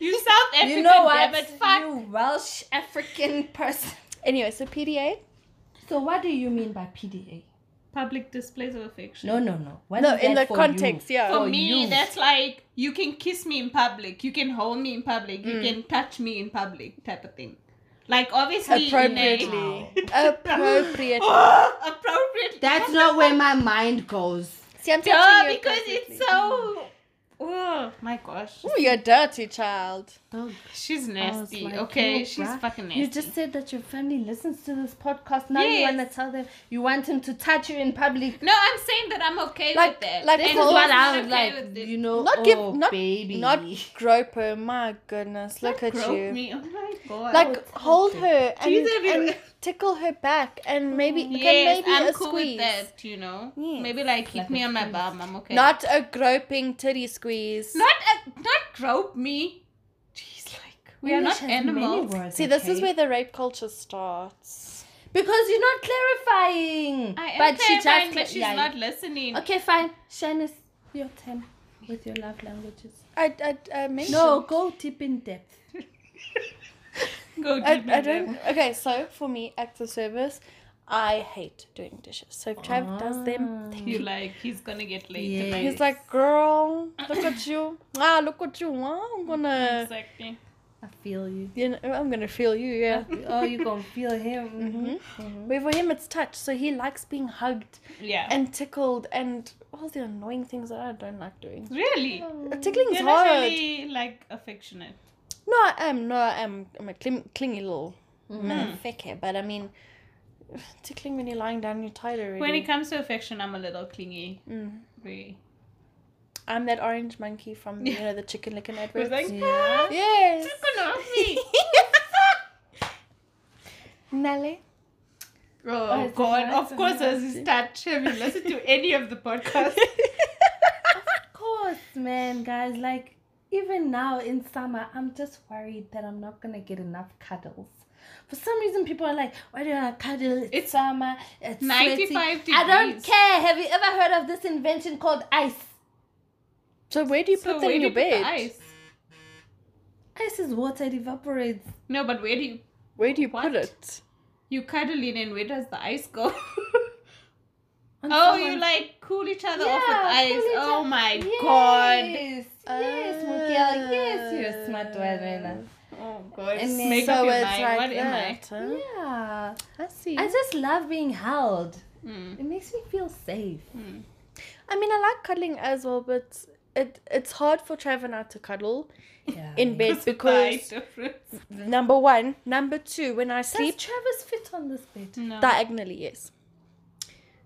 C: You South African,
B: you know what?
C: damn it, fuck.
B: You Welsh African person.
A: anyway, so PDA.
B: So what do you mean by PDA?
C: Public displays of affection.
B: No, no, no. What
A: No,
B: is
A: in the
B: that for
A: context,
B: you?
A: yeah.
C: For
B: For
C: me,
B: you.
C: that's like you can kiss me in public, you can hold me in public,
B: Mm.
C: you can touch me in public, type of thing. Like obviously, in a-
A: Appropriately. Appropriately.
C: Oh, (laughs) appropriately.
B: That's not where my mind goes.
A: See, I'm
C: (laughs) Duh,
A: touching you
C: because it's
A: appropriately.
C: so. Oh my gosh,
A: Oh, you're dirty, child.
B: Dog.
C: she's
B: I was
C: nasty.
B: Oh, like,
C: okay,
B: yo,
C: she's
B: bruh,
C: fucking nasty.
B: You just said that your family listens to this podcast. Now you
C: Yes.
B: want to tell them you want him to touch you in public.
C: No, I'm saying that I'm okay
A: Like-
C: with that.
A: like
C: And
A: this is
B: This is
A: Well,
C: he's
B: what
C: not
B: I was
C: okay
B: like.
C: with it.
B: You know,
A: Not give,
B: oh,
A: not
B: baby. (laughs)
A: not grope her. My goodness, look at
C: Broke
A: you.
C: me. Oh my god.
A: Like
B: it's
A: hold
B: hurting.
A: her and,
C: She's everywhere.
A: and tickle her back and maybe okay,
C: Mm, yes,
A: maybe a
C: I'm cool
A: squeeze.
C: with that, you know.
A: Yes.
C: Maybe like hit
B: Like
C: me
B: a
C: on my
B: squeeze.
C: bum. I'm okay.
A: Not a groping titty squeeze.
C: not a, not grope me. Jeez, like we are
B: English
C: not
B: has many
C: animals.
B: words,
A: See, this is
B: okay?
A: where the rape culture starts.
B: because you're not clarifying.
C: I am
B: but she
C: terrifying,
B: just
C: but she's
B: yeah,
C: not listening.
B: Okay, fine. Shanice, your turn with your love languages.
A: I I, I mentioned
B: No, go deep in depth.
C: Go
A: I,
C: deep
A: I
C: in there.
A: don't. Okay, so for me, acts of service, I hate doing dishes. So if Trav does them, thank
C: You
A: you.
C: like he's gonna get late
B: Yes.
C: tonight.
A: He's like, girl, look at you. Ah, look what you want. I'm
C: Mm-hmm.
A: gonna,
C: exactly.
B: I feel you.
A: you know, I'm gonna feel you.
C: (laughs)
A: Yeah.
B: (laughs)
C: Mm-hmm.
B: oh, you gonna feel him. Mm-hmm.
A: But for him, it's touch. So he likes being hugged
C: Yeah.
A: and tickled and all the annoying things that I don't like doing.
C: really?
A: Tickling's
C: Mm-hmm. You're not
A: hard.
C: really like affectionate.
A: No, I am. No, I am. I'm a clim- clingy little
C: Mm-hmm.
A: motherfucker. But I mean, tickling when you're lying down, you're tired already.
C: When it comes to affection, I'm a little clingy.
A: Mm.
C: Really.
A: I'm that orange monkey from you know the chicken licking
C: (laughs) Was
A: adverts.
C: like,
B: Yeah.
C: "Ah,
A: (laughs) Yes.
C: you're gonna hurt
A: (laughs)
C: me. (laughs)
A: Nelly.
C: Oh,
B: it's
C: God!
B: nice
C: Of
B: and
C: course, as you start, have you listened to any
A: (laughs)
C: of the podcasts?
B: Of course, man, guys. Like even now in summer, I'm just worried that I'm not gonna get enough cuddles. For some reason, people are like, "Why do I cuddle? It's,
C: It's
B: summer. It's
C: 95
B: sweaty." I don't
C: degrees.
B: care. Have you ever heard of this invention called ice?
A: So where do you put
C: So
A: that
C: where
A: in
C: do
A: your
C: you put the
A: bed?
C: ice?
B: Ice is water. It evaporates.
C: No, but where do you
A: Where do you put
C: What?
A: it?
C: you cuddle in and where does the ice go? (laughs)
B: on
C: oh,
B: someone.
C: you like cool each other
B: Yeah,
C: off with ice.
B: cool each
C: Oh
B: other.
C: my
B: yes,
C: God!
B: Yes, yes, Miguel. Yes, you're a smart one, Rena.
C: Oh God!
B: And then-
C: Make
A: so
C: up your
A: it's
C: mind.
A: like
C: what am I?
A: that. huh?
B: Yeah.
A: Hmm? I see.
B: I just love being held.
C: Mm.
B: It makes me feel safe.
A: I mean, I like cuddling as well, but it it's hard for Trav and I to cuddle
B: Yeah.
C: (laughs)
A: in bed
C: It's a
A: because
C: big difference.
A: number one, number two, when I
B: Does
A: sleep
B: Travis fit on this bed?
C: No.
A: (laughs) diagonally, yes. (sighs)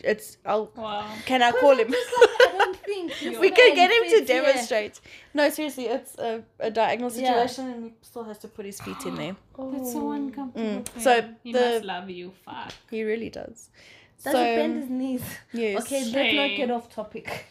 A: It's I'll
C: wow.
A: can I call him?
B: I
A: (laughs)
B: don't think
A: we can get him to
B: fits here.
A: demonstrate. No, seriously, it's a, a diagonal
B: Yeah.
A: situation, and he still has to put his feet in
C: (gasps)
A: there.
C: That's so uncomfortable.
A: Mm.
C: for
A: So
C: him. he
A: the-
C: must love you. Fuck.
A: He really does.
B: Does
A: so
B: he bend his knees?
A: yes,
B: Okay, let's not
C: Shame.
B: get off topic.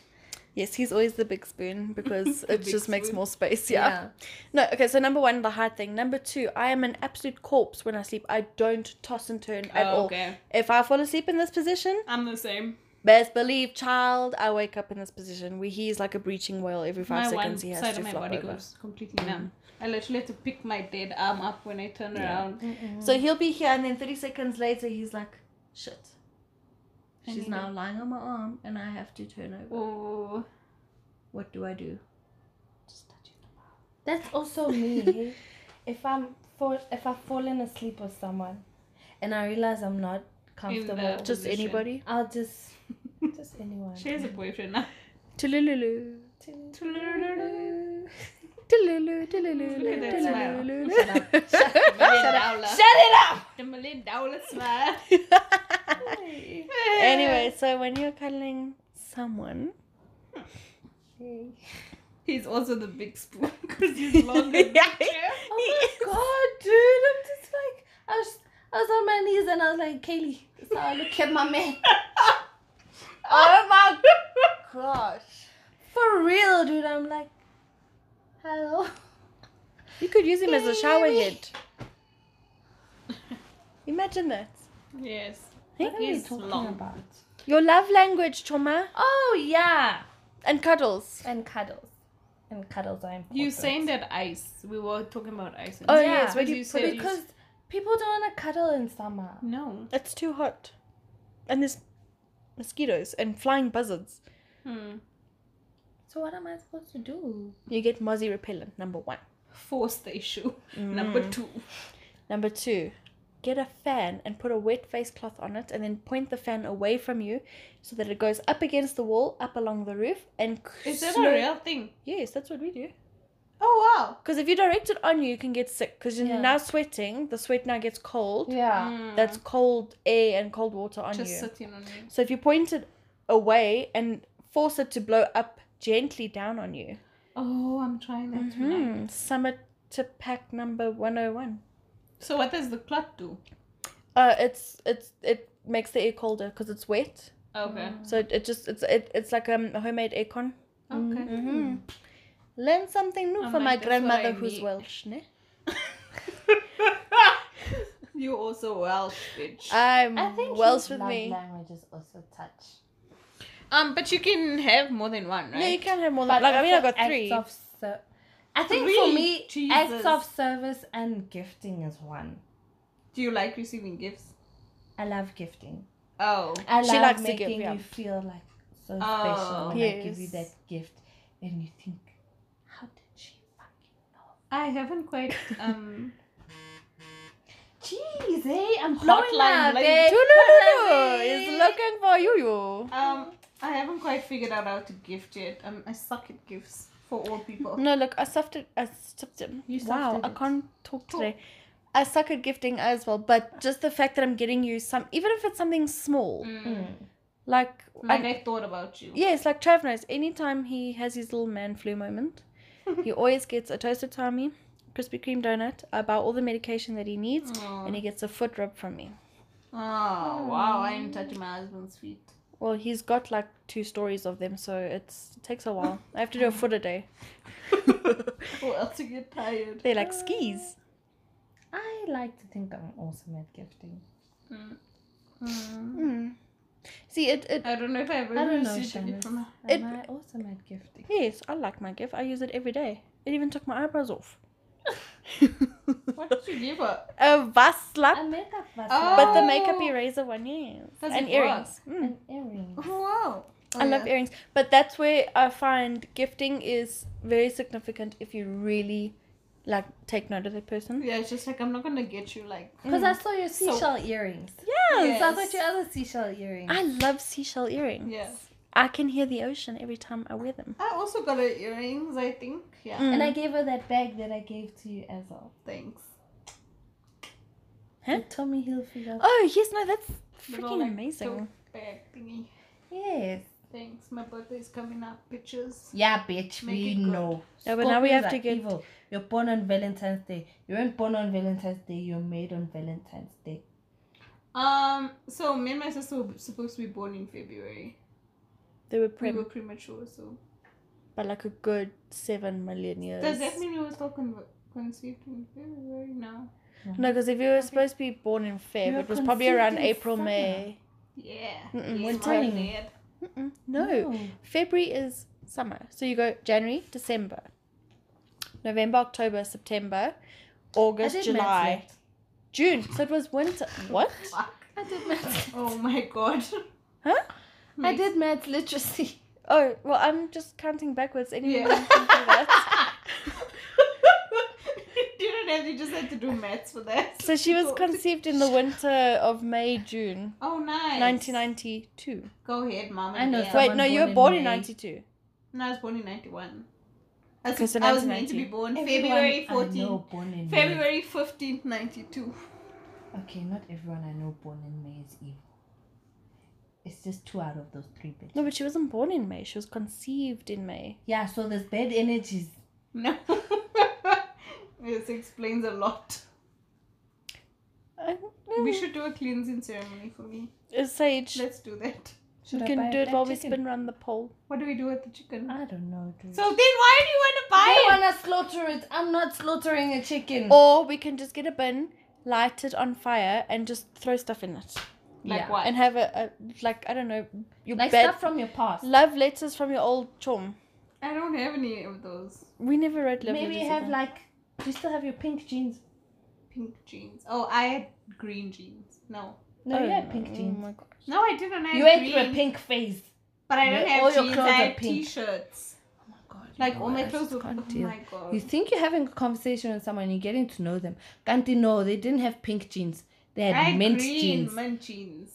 A: yes, he's always the big spoon
C: (laughs)
A: because it
C: big
A: just makes
C: spoon.
A: more space. (laughs) yeah. No, okay, so number one, the hard thing. Number two, I am an absolute corpse when I sleep. I don't toss and turn at
C: Oh,
A: all.
C: okay.
A: If I fall asleep in this position,
C: I'm the same.
A: best believe, child, I wake up in this position where he is like a breaching whale every five
C: my one
A: seconds. He
C: side
A: has
C: of
A: to
C: my
A: flop
C: body
A: over. Mm.
C: goes completely numb. I literally have to pick my dead arm up when I turn around.
A: So he'll be here, and then 30 seconds later, he's like, shit.
C: And
A: She's
C: you
A: now lying on my arm, and I have to turn over.
C: Oh.
A: What do I do?
C: Just touch it.
B: That's
A: (laughs)
B: also me. if I'm fall, if I've fallen asleep with someone, and I realize I'm not comfortable,
C: Just Position.
A: anybody?
B: I'll just just anyone.
C: She has a boyfriend
A: (laughs)
C: now.
A: Tulululu. Tululu, tululu,
C: Look at that smile.
A: tululu.
C: (laughs) Shut
B: it up.
C: The million dollar (laughs) smile.
A: Anyway, so when you're cuddling someone,
C: He's also the big (laughs) spoon because he's longer. than
A: Yeah.
C: Jeff.
B: Oh (laughs) my god, dude! I'm just like I was, I was on my knees and I was like, Kaylee, that's how I look at my (laughs) man.
A: Oh my gosh.
B: For real, dude. I'm like, hello.
A: You could use him as a shower head. Imagine that.
C: Yes.
B: What are we
C: He's
B: talking
C: long.
B: about?
A: Your love language, Choma,
B: Oh yeah,
A: and cuddles.
B: and cuddles, and cuddles are important.
C: You saying that ice? We were talking about ice. and-
A: Oh,
B: Yeah,
A: yes, where do you
C: because you
A: put
C: said
A: it?
C: you-
B: because people don't want to cuddle in summer.
C: No.
A: It's too hot. And there's mosquitoes and flying buzzards.
C: Hmm.
B: So what am I supposed to do?
A: You get mozzie repellent, number one.
C: Force the issue. Number two.
A: Number two, get a fan and put a wet face cloth on it and then point the fan away from you so that it goes up against the wall, up along the roof, and
C: Is that
A: slow-
C: a real thing?
A: Yes, that's what we do.
C: Oh wow.
A: Because if you direct it on you, you can get sick because you're
B: Yeah.
A: now sweating. The sweat now gets cold.
B: Yeah.
C: Mm.
A: That's cold air and cold water on
C: just
A: you.
C: sitting on you.
A: So if you point it away and force it to blow up gently down on you.
C: Oh, I'm trying that tonight.
A: Hmm. Summit to pack number 101.
C: So what does the clot do?
A: Uh, it's it's it makes the air colder because it's wet.
C: Okay.
A: So it, it just it's it, it's like um, a homemade aircon. Hmm.
C: Okay.
A: Learn something new
C: I'm
A: from
C: like,
A: my
C: "That's what I
A: grandmother who's
C: need."
A: Welsh, ne?
C: you also Welsh, bitch.
A: I'm
B: I think
A: Welsh
B: his
A: with
B: love
A: me.
B: language is also touch.
C: Um, but you can have more than one, right?
A: No, you can have more than like I mean I
B: also
A: got three.
B: Acts of ser- I think
C: Three?
B: for me, acts
C: Jesus.
B: of service and gifting is one.
C: Do you like receiving gifts?
B: I love gifting.
C: Oh.
B: I
A: She
B: love
A: likes to
B: making
A: give, yeah.
B: you feel like so
C: Oh.
B: special when I give you
A: Yes.
B: that gift, and you think, how did she fucking know?
C: I haven't quite um
B: Jeez, eh? I'm
C: Blowing
B: blowing up,
C: up, eh?
B: eh?
A: No, no, no, no.
B: Crazy.
A: It's looking for you, you.
C: (laughs) um I haven't quite figured out how to gift yet. Um I suck at gifts for all people.
A: No, look, I stuffed it. I stuffed it.
B: You
A: wow,
B: stuffed
A: I
B: it.
A: can't talk
C: Cool.
A: today. I suck at gifting as well, but just the fact that I'm getting you some, even if it's something small,
C: Mm.
B: Mm.
A: like
C: Like
A: I-
C: I thought about you.
A: Yes, like Trav knows. Anytime he has his little man flu (laughs) moment, he always gets a toasted Tommy, Krispy Kreme donut. I buy all the medication that he needs,
C: Oh.
A: and he gets a foot rub from me.
C: Oh, wow, I didn't touch my husband's feet.
A: Well, he's got like two stories of them, so it's, it takes a while. I have to do (laughs) a foot a day. (laughs)
C: Or else you get tired.
A: They're like skis.
B: I like to think I'm awesome at gifting.
C: Mm. Mm.
A: Mm. See, it, it.
C: I don't know if I've ever
B: I don't know,
C: received it
B: Shannon.
C: from a
A: It-
B: Am I awesome at gifting?
A: Yes, I like my gift. I use it every day. It even took my eyebrows off.
C: What did you give her?
A: a bus slap,
B: A makeup was
C: Oh.
A: but the makeup eraser one, yes,
C: Does
A: and
C: it
A: earrings. Mm.
B: an
A: (laughs)
B: earring.
C: Oh, wow.
A: I love earrings, but that's where I find gifting is very significant if you really like take note of the person.
C: Yeah, it's just like I'm not gonna get you like
A: Mm.
C: Mm.
B: Because I saw your
C: So-
B: seashell earrings.
A: Yes.
B: So I got your other seashell earrings.
A: I love seashell earrings.
C: Yes.
A: I can hear the ocean every time I wear them.
C: I also got her earrings, I think. Yeah.
A: Mm.
B: And I gave her that bag that I gave to you as well.
C: Thanks.
A: Huh?
B: The Tommy Hilfiger.
A: Oh yes, no, that's
C: The
A: freaking
C: little, like,
A: amazing.
C: tote Bag thingy.
B: Yes.
C: Thanks. My birthday's coming up. Pictures.
B: Yeah, bitch,
C: Make
B: we
C: it good.
B: know.
A: Yeah, but now we
B: Scorpios
A: have to
B: are
A: get-
B: Evil. You're born on Valentine's Day. You weren't born on Valentine's Day. You're made on Valentine's Day.
C: Um. So me and my sister were supposed to be born in February.
A: They were
C: We
A: prim,
C: were premature. So
A: but like a good seven million years.
C: does that mean we were still con- conceived in February? No.
A: No, because if you were supposed to be born in Feb,
B: were
A: it was probably
B: conceived
A: around
B: in
A: April,
B: summer.
A: May.
C: Yeah.
A: Mm-mm,
C: Yes,
B: winter.
C: my dad.
A: Mm-mm, no. February is summer. So you go January, December, November, October, September,
B: I
A: August,
B: did
A: July, June. So it was winter. What?
C: Fuck.
B: maths. lit. I did maths.
C: Oh my (laughs) god.
A: Huh?
B: (laughs) I did maths
A: (laughs)
B: literacy.
A: Oh, well, I'm just counting backwards anyway.
C: Yeah.
A: that.
C: you don't have. You just had to do maths for that.
A: So she
C: (laughs)
A: was
C: God.
A: conceived in the winter of May, June,
C: Oh, nice.
A: 1992.
C: Go ahead, mom.
B: I know
C: Yeah.
B: some-
A: Wait, no,
B: Someone
A: you were
B: born
A: born
B: in
A: in
B: May.
A: 92.
C: No, I was born in 91. I was,
A: Okay, so
C: I was meant to be
A: 1990.
C: born
B: Everyone
C: February
B: I know
C: 14th.
B: born in May.
C: February 15th, 92.
B: Okay, not everyone I know born in May is evil. It's just two out of those three bitches.
A: No, but she wasn't born in May. She was conceived in May.
B: Yeah, so there's bad energies.
C: (laughs) No. this explains a lot.
A: I,
C: We should do a cleansing ceremony for me.
A: Uh, Sage,
C: Let's do that.
A: we
B: Should I
A: can
B: buy
A: do it
B: that
A: while we
B: chicken?
A: spin around the pole.
C: What do we do with the chicken?
B: I don't know, dude.
C: So then why do you want to buy
B: I
C: it?
B: wanna Oh, slaughter it. I'm not slaughtering a chicken.
A: Or we can just get a bin, light it on fire, and just throw stuff in it.
C: Like
B: Yeah.
C: what?
A: And have a, a like, I don't know, your
B: like
A: bed.
B: stuff from your past.
A: love letters from your old chum.
C: I don't have any of those
A: We never wrote love
B: Maybe
A: letters.
B: you have
A: either.
B: like. Do you still have your pink jeans?
C: pink jeans. Oh, I had green jeans. No.
B: No, you
A: Oh,
B: had pink
A: no,
B: jeans.
A: Oh my god.
C: No, I didn't. I had
B: you went
C: green,
B: through a pink phase.
C: But I didn't
B: No,
C: have
B: all your
C: jeans.
B: clothes
C: I
B: are
C: had
B: pink.
C: t-shirts.
B: Oh my god.
C: Like all my
A: I
C: clothes
A: just
C: were. Oh
A: can't deal.
C: my god.
B: You think you're having a conversation with someone, you're getting to know them. Can't you know they didn't have pink jeans? They
C: I
B: had
C: had
B: mint
C: green
B: jeans.
C: mint jeans.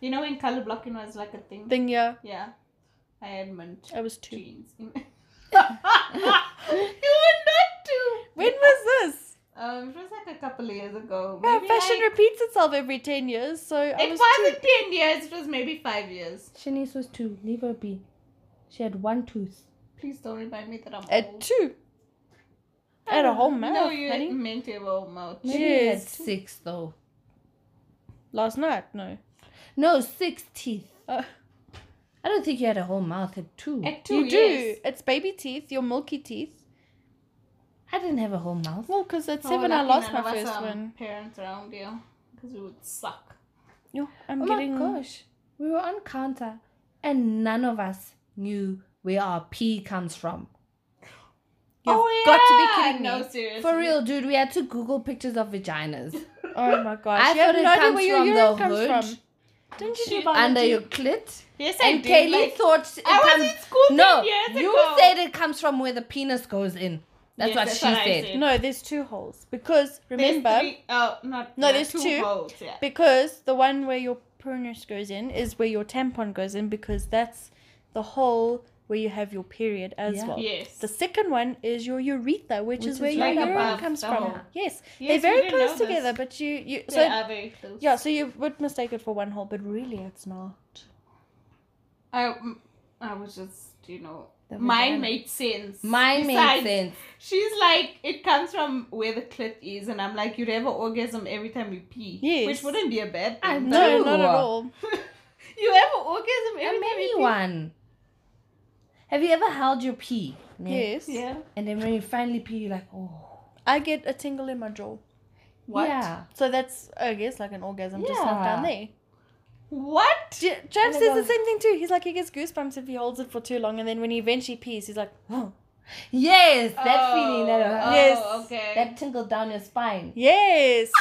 C: You know when color blocking was like a thing.
A: Then yeah,
C: yeah, I had mint
A: I was two.
C: jeans. (laughs)
A: (laughs)
C: you were not too.
A: When was this?
C: Um, it was like a couple of years ago.
A: Yeah,
C: Maybe
A: fashion
C: like-
A: repeats itself every ten years, so I
C: it
A: was
C: wasn't ten years. It was maybe five years.
B: Shanice was two. Leave her be. She had one tooth.
C: Please don't remind me that I'm
A: two. At
C: old.
A: two. I had a whole mouth,
C: no, you
A: honey.
C: meant to have a whole mouth.
B: Maybe you had
A: Jeez.
B: six though.
A: Last night, no.
B: No, six teeth.
A: Uh,
B: I don't think you had a whole mouth at two.
C: At two
A: you
C: years.
A: do. It's baby teeth, your milky teeth.
B: I didn't have a whole mouth.
A: Well, because at
C: Oh,
A: seven I
C: lucky
A: lost my
C: none of us,
A: first
C: um,
A: one.
C: Parents around you, because we would suck.
A: Yo, I'm
B: oh
A: getting.
B: my gosh. We were on counter and none of us knew where our pee comes from.
A: You've
C: oh,
A: got to be
C: yeah.
A: kidding me.
C: No, seriously. (laughs)
B: For real, dude, we had to Google pictures of vaginas.
A: Oh my gosh.
B: I
A: you have
B: thought it
A: no idea
B: comes
A: where your
B: from
A: urine
B: the
A: comes
B: hood.
A: from. Didn't you
C: She-
A: do biology?
B: under your clit.
C: Yes, I
B: And
C: do.
B: Kaylee
C: like,
B: thought it
C: I was
B: comes.
C: in school 10
B: no,
C: years
B: you
C: ago.
B: said it comes from where the penis goes in. That's
C: Yes,
B: what
C: that's
B: she
C: what I
B: said.
C: said.
A: No, there's two holes. Because
C: There's
A: remember
C: three- oh, not,
A: No,
C: yeah,
A: there's
C: two,
A: two.
C: holes, yeah.
A: because the one where your penis goes in is where your tampon goes in because that's the hole where you have your period as
B: Yeah.
A: well.
C: Yes.
A: The second one is your urethra, which,
B: Which
A: is
B: is
A: where
B: right
A: your urine
C: above
A: comes
C: the
A: from.
C: hole.
A: Yes,
C: Yes,
A: they're
C: we
A: very
C: didn't know
A: close
C: this.
A: together, but you, you
C: They
A: so
C: are very close.
A: yeah, so you would mistake it for one hole, but really it's not.
C: I, mm, I was just, you know,
B: The
C: mine
B: vagina.
C: made sense.
B: Mine made
C: Besides,
B: sense.
C: She's like, it comes from where the clit is, and I'm like, you'd have an orgasm every time you pee.
A: Yes.
C: Which wouldn't be a bad
B: I
C: thing.
A: No,
B: No.
A: not at all.
C: but- (laughs) you have an orgasm
B: A
C: every time
B: mini
C: you pee.
B: one. Have you ever held your pee?
A: Yes.
C: Yeah.
B: And then when you finally pee, you're like, oh.
A: I get a tingle in my jaw.
C: What?
B: Yeah.
A: So that's, I guess, like an orgasm just not down
B: Yeah.
A: there.
C: What?
A: J-
B: Oh my
A: Jav says the
B: God.
A: same thing too. He's like, he gets goosebumps if he holds it for too long, and then when he eventually pees, he's like, oh.
B: Yes, that
C: Oh,
B: feeling that
C: oh,
A: Yes.
C: okay.
B: that tingle down your spine.
A: yes.
B: It's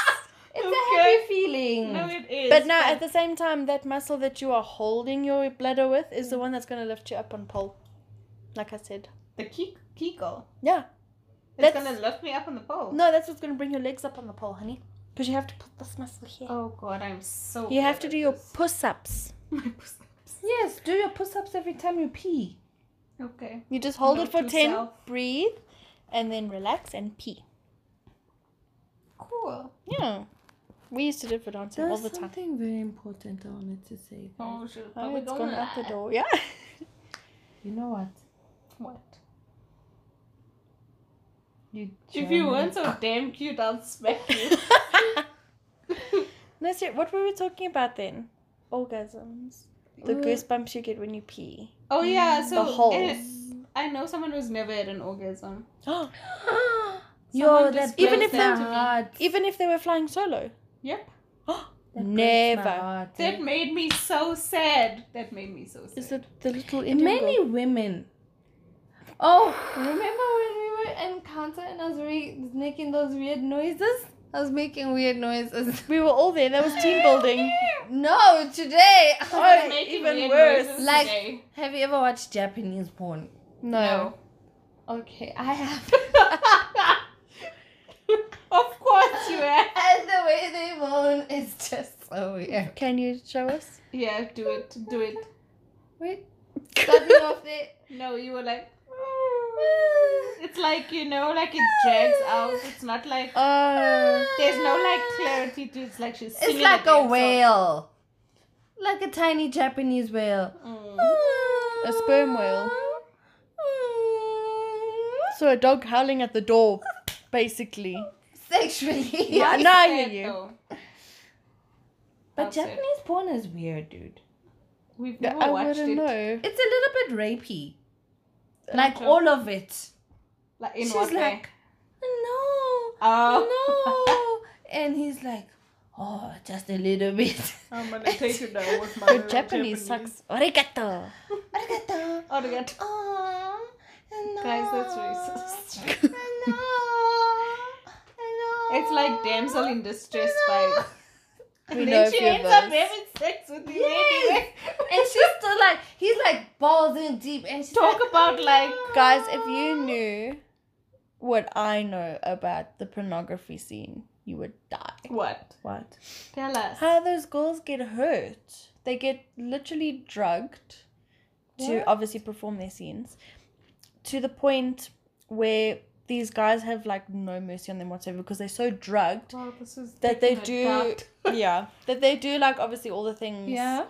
C: Okay.
B: a happy feeling.
C: no, it is.
A: but now, at the same time, that muscle that you are holding your bladder with is the one that's going to lift you up on pole. Like I said.
C: the ki- Kiko.
A: Yeah.
C: It's
A: That's-
C: gonna lift me up on the pole.
A: No, that's what's going to bring your legs up on the pole, honey. Because you have to put this muscle here.
C: Oh god, I'm so.
A: you have
C: bad
A: to
C: at
A: do your
C: this. (laughs)
A: push ups.
C: My puss-ups.
B: Yes, do your push ups every time you pee.
C: Okay.
A: You just hold
C: Note
A: it for
C: to
A: 10,
C: self.
A: breathe, and then relax and pee.
C: Cool.
A: Yeah. We used to do it for dancing all the time.
B: something very important I wanted to say.
C: Oh shit. Are
A: Oh,
C: we
A: it's gone
C: going
A: out the
C: out?
A: door. Yeah.
C: (laughs)
B: You know what?
C: What?
B: You
C: If you
B: (gasps)
C: weren't so damn cute, I'll smack
A: (laughs)
C: you. (laughs)
A: no, ser- what were we talking about then? Orgasms. The
B: Uh,
A: goosebumps you get when you
C: (gasps)
A: pee.
C: Oh yeah. So
A: Mm, the
C: eh,
A: holes.
C: I know someone who's never had an orgasm.
B: Yo,
C: Someone
B: that
C: just
B: even
A: breaks
B: if
A: down
B: they're
C: to me.
B: hard.
A: (gasps) Even if they were flying solo.
C: Yep.
A: Never.
C: That made me so sad. That made me so sad.
A: Is it the little
B: It
A: Indian
B: made me
A: girl?
B: women. Oh, remember when we were encounter and I was re- making those weird noises? I was making weird noises.
A: We were all there. That was
C: (gasps)
A: team building.
B: (laughs) No, today. I
C: I
B: was
C: was
B: like,
C: Oh, making
A: even
C: weird
A: worse.
C: noises
B: Like-
C: today.
B: have you ever watched Japanese porn?
A: No.
B: Okay, I have.
C: (laughs)
B: (laughs)
C: of course you have.
B: and the way they moan is just so weird.
A: Can you show
C: (laughs)
A: us?
C: Yeah, do it. Do it.
B: Wait, starting off there.
C: No, you were like. It's like you know, like it drags out. It's not like
A: (laughs) Oh.
C: there's no like clarity to it. It's like she's singing
B: It's like
C: the damn
B: a
C: song.
B: whale. Like a tiny Japanese whale.
C: Mm.
A: A sperm
B: (laughs)
A: whale. So a dog howling at the door, basically.
B: Sexually.
A: Yeah,
B: (laughs)
C: Mine
A: no, I
C: said,
A: hear you.
C: though,
B: But
C: That's it.
B: Japanese porn is weird, dude.
C: We've
A: Yeah,
C: never
A: I
C: watched
A: wouldn't
C: it.
A: know.
B: It's a little bit rapey. Like
C: Okay.
B: all of it.
C: Like in
B: She's
C: what way?
B: like, no,
C: (laughs) Oh
B: no. and he's like, oh, just a little bit.
C: I'm gonna take you down with my
A: But
C: little
A: Japanese sucks. Arigato.
B: (laughs) Arigato.
C: Arigato.
B: Oh, no.
C: Guys, that's racist.
B: Hello. Hello.
C: It's like damsel in distress
B: (laughs)
C: vibes.
A: We
C: And
A: know a
C: then she
A: few of
C: ends up
A: those.
C: having sex with you
B: Yes. and she's still like, he's like balls in deep, and she's
C: Talk
B: like,
C: about, like-
A: Guys, if you knew what I know about the pornography scene, you would die.
C: anyway. What?
B: what?
C: Tell us.
A: How those girls get hurt. They get literally drugged to
B: What?
A: obviously perform their scenes to the point where these guys have like no mercy on them whatsoever because they're so drugged
C: Wow, this is
A: that they
C: taking a
A: do (laughs) yeah that they do like obviously all the things
B: Yeah.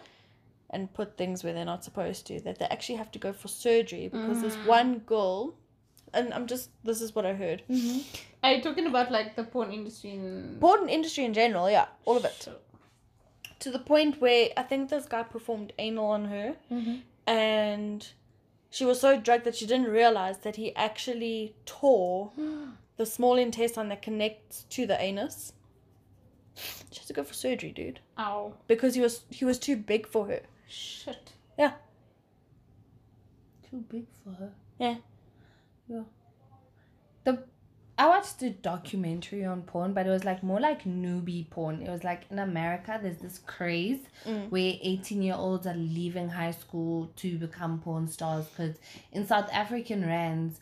A: and put things where they're not supposed to that they actually have to go for surgery because this one girl and I'm just this is what I heard
C: Are you talking about like the porn industry? In...
A: porn industry in general yeah all of it
C: So-
A: to the point where I think this guy performed anal on her and she was so drugged that she didn't realize that he actually tore the small intestine that connects to the anus she has to go for surgery dude
C: Ow.
A: because he was he was too big for her
C: Shit.
B: Too big for her.
A: Yeah.
B: Yeah. The I watched a documentary on porn, but it was like more like newbie porn. It was like in America, there's this craze where 18 year olds are leaving high school to become porn stars because in South African rands,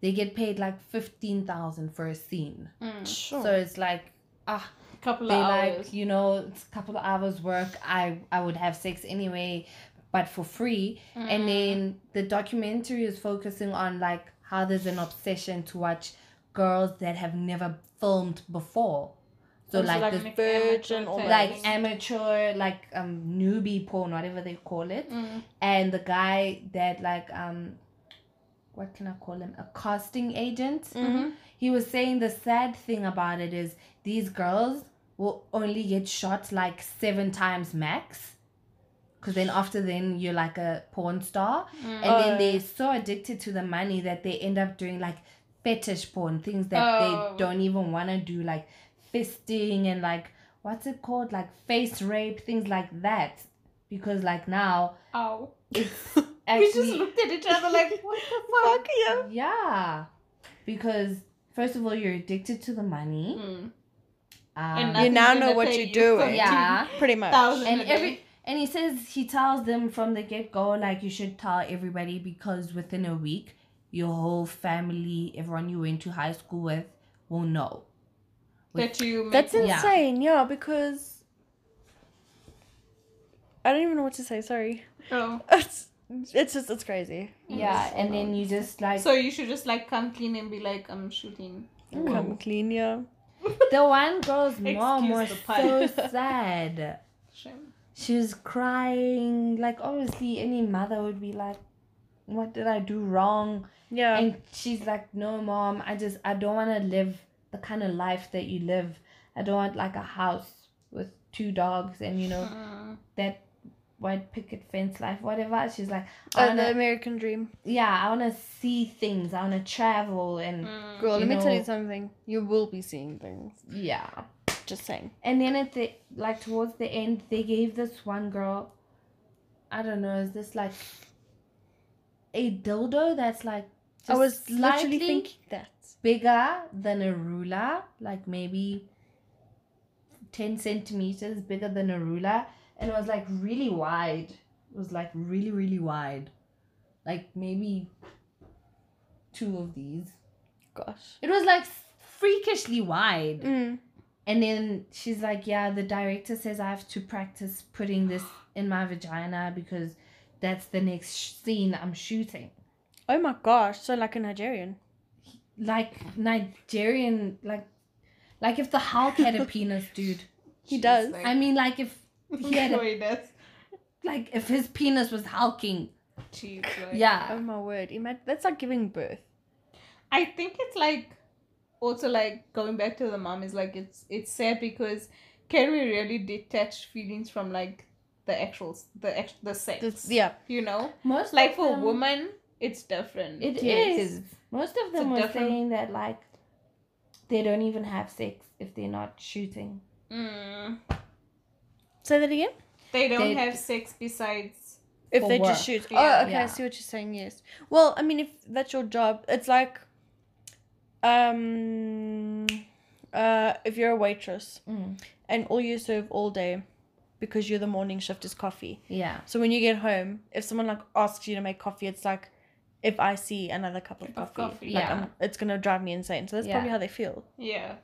B: they get paid like 15,000 for a scene.
A: Sure.
B: So it's like, ah,
C: Couple
B: they
C: of
B: like,
C: hours.
B: you know, it's a couple of hours work. I, I would have sex anyway, but for free.
C: Mm.
B: And then the documentary is focusing on like how there's an obsession to watch girls that have never filmed before. So
C: Also
B: like,
C: like
B: this,
C: an
A: virgin
C: amateur
A: or
C: thing.
B: like amateur, like um newbie porn, whatever they call it.
C: Mm.
B: And the guy that like um what can I call him? A casting agent.
A: (laughs)
C: Mhm.
B: He was saying the sad thing about it is these girls will only get shot like seven times max. Because then after then you're like a porn star.
C: Mm.
B: And
A: Oh.
B: then they're so addicted to the money that they end up doing like fetish porn, things that
C: Oh.
B: they don't even want to do, like fisting and like, what's it called? Like face rape, things like that. Because like now,
C: Ow.
B: it's
C: We just (laughs)
B: actually.
C: looked at each other like, what the
A: Fuck yeah.
B: Yeah. Because first of all, you're addicted to the money.
C: fuck? Mm.
B: Um,
C: And
A: You now
C: nothing's
A: know
C: gonna
A: what
C: pay
A: you're
C: you for
A: doing.
B: Yeah.
A: Pretty much.
C: 10,000
B: and
C: a day.
B: every (laughs) and he says he tells them from the get go like you should tell everybody because within a week your whole family, everyone you went to high school with, will know.
C: that you
A: That's
C: make-
B: Yeah.
A: insane, yeah. because I don't even know what to say, sorry. (laughs)
C: Oh.
A: It's it's just it's crazy.
B: Yeah, and then you just like
C: Mm. So you should just like come clean and be like, I'm shooting.
A: Come clean, yeah.
B: the one girl's mom
C: (laughs)
B: was
C: Excuse the
B: so
C: pun. (laughs)
B: sad.
C: Shame.
B: She was crying. Like obviously, any mother would be like, "What did I do wrong?"
A: Yeah.
B: And she's like, No, mom, I just, I don't want to live the kind of life that you live. I don't want like a house with two dogs and, you
C: (laughs)
B: know,
C: Mm.
B: that white picket fence life, whatever. She's like, I
A: Uh,
B: wanna,
A: the American dream.
B: Yeah, I want to see things. I want to travel and,
C: Mm.
A: Girl,
B: You
A: let me tell
B: know-
A: you something. You will be seeing things.
B: yeah.
A: Just saying.
B: And then at the, like, towards the end, they gave this one girl, I don't know, is this like a dildo that's like,
A: I was
B: just
A: literally
B: slightly
A: thinking that.
B: bigger than a ruler, like maybe 10 centimeters bigger than a ruler, and it was like really wide. It was like really, really wide. Like maybe two of these.
A: Gosh.
B: It was like freakishly wide.
A: Mm.
B: And then she's like, Yeah, the director says I have to practice putting this in my vagina because that's the next sh- scene I'm shooting.
A: Oh my gosh, so like a Nigerian.
B: Like Nigerian, like, like if the Hulk had a penis, (laughs) dude.
A: He
C: She's
A: does.
C: like-
B: I mean, like if he
C: (laughs)
B: had
C: Sure
B: a,
C: he does.
B: like if his penis was hulking,
C: Jeez, like-
A: Oh
B: yeah,
A: my word. Imagine, that's like giving birth.
C: I think it's like also like going back to the mom is like it's it's sad because can we really detach feelings from like the actual the act the sex?
A: That's, yeah.
C: You know,
B: most
C: like
B: of
C: for a
B: them-
C: woman, it's different.
B: it is.
A: Yes.
B: Most of
C: a
B: them were
C: different-
B: saying that like they don't even have sex if they're not shooting.
C: Mm.
A: Say that again?
C: They don't
B: They-
C: have sex besides.
A: If
B: For
A: they just
B: work.
A: shoot.
C: Yeah.
A: Oh, okay,
B: Yeah.
A: I see what you're saying, yes. Well, I mean if that's your job, it's like um uh if you're a waitress
B: Mm.
A: and all you serve all day because you're the morning shift is coffee.
B: Yeah,
A: So when you get home, if someone like asks you to make coffee, it's like if I see another cup of
C: Cup
A: coffee,
C: of coffee.
A: like
B: Yeah.
A: I'm, it's gonna drive me insane. So that's
B: Yeah.
A: probably how they feel.
C: Yeah.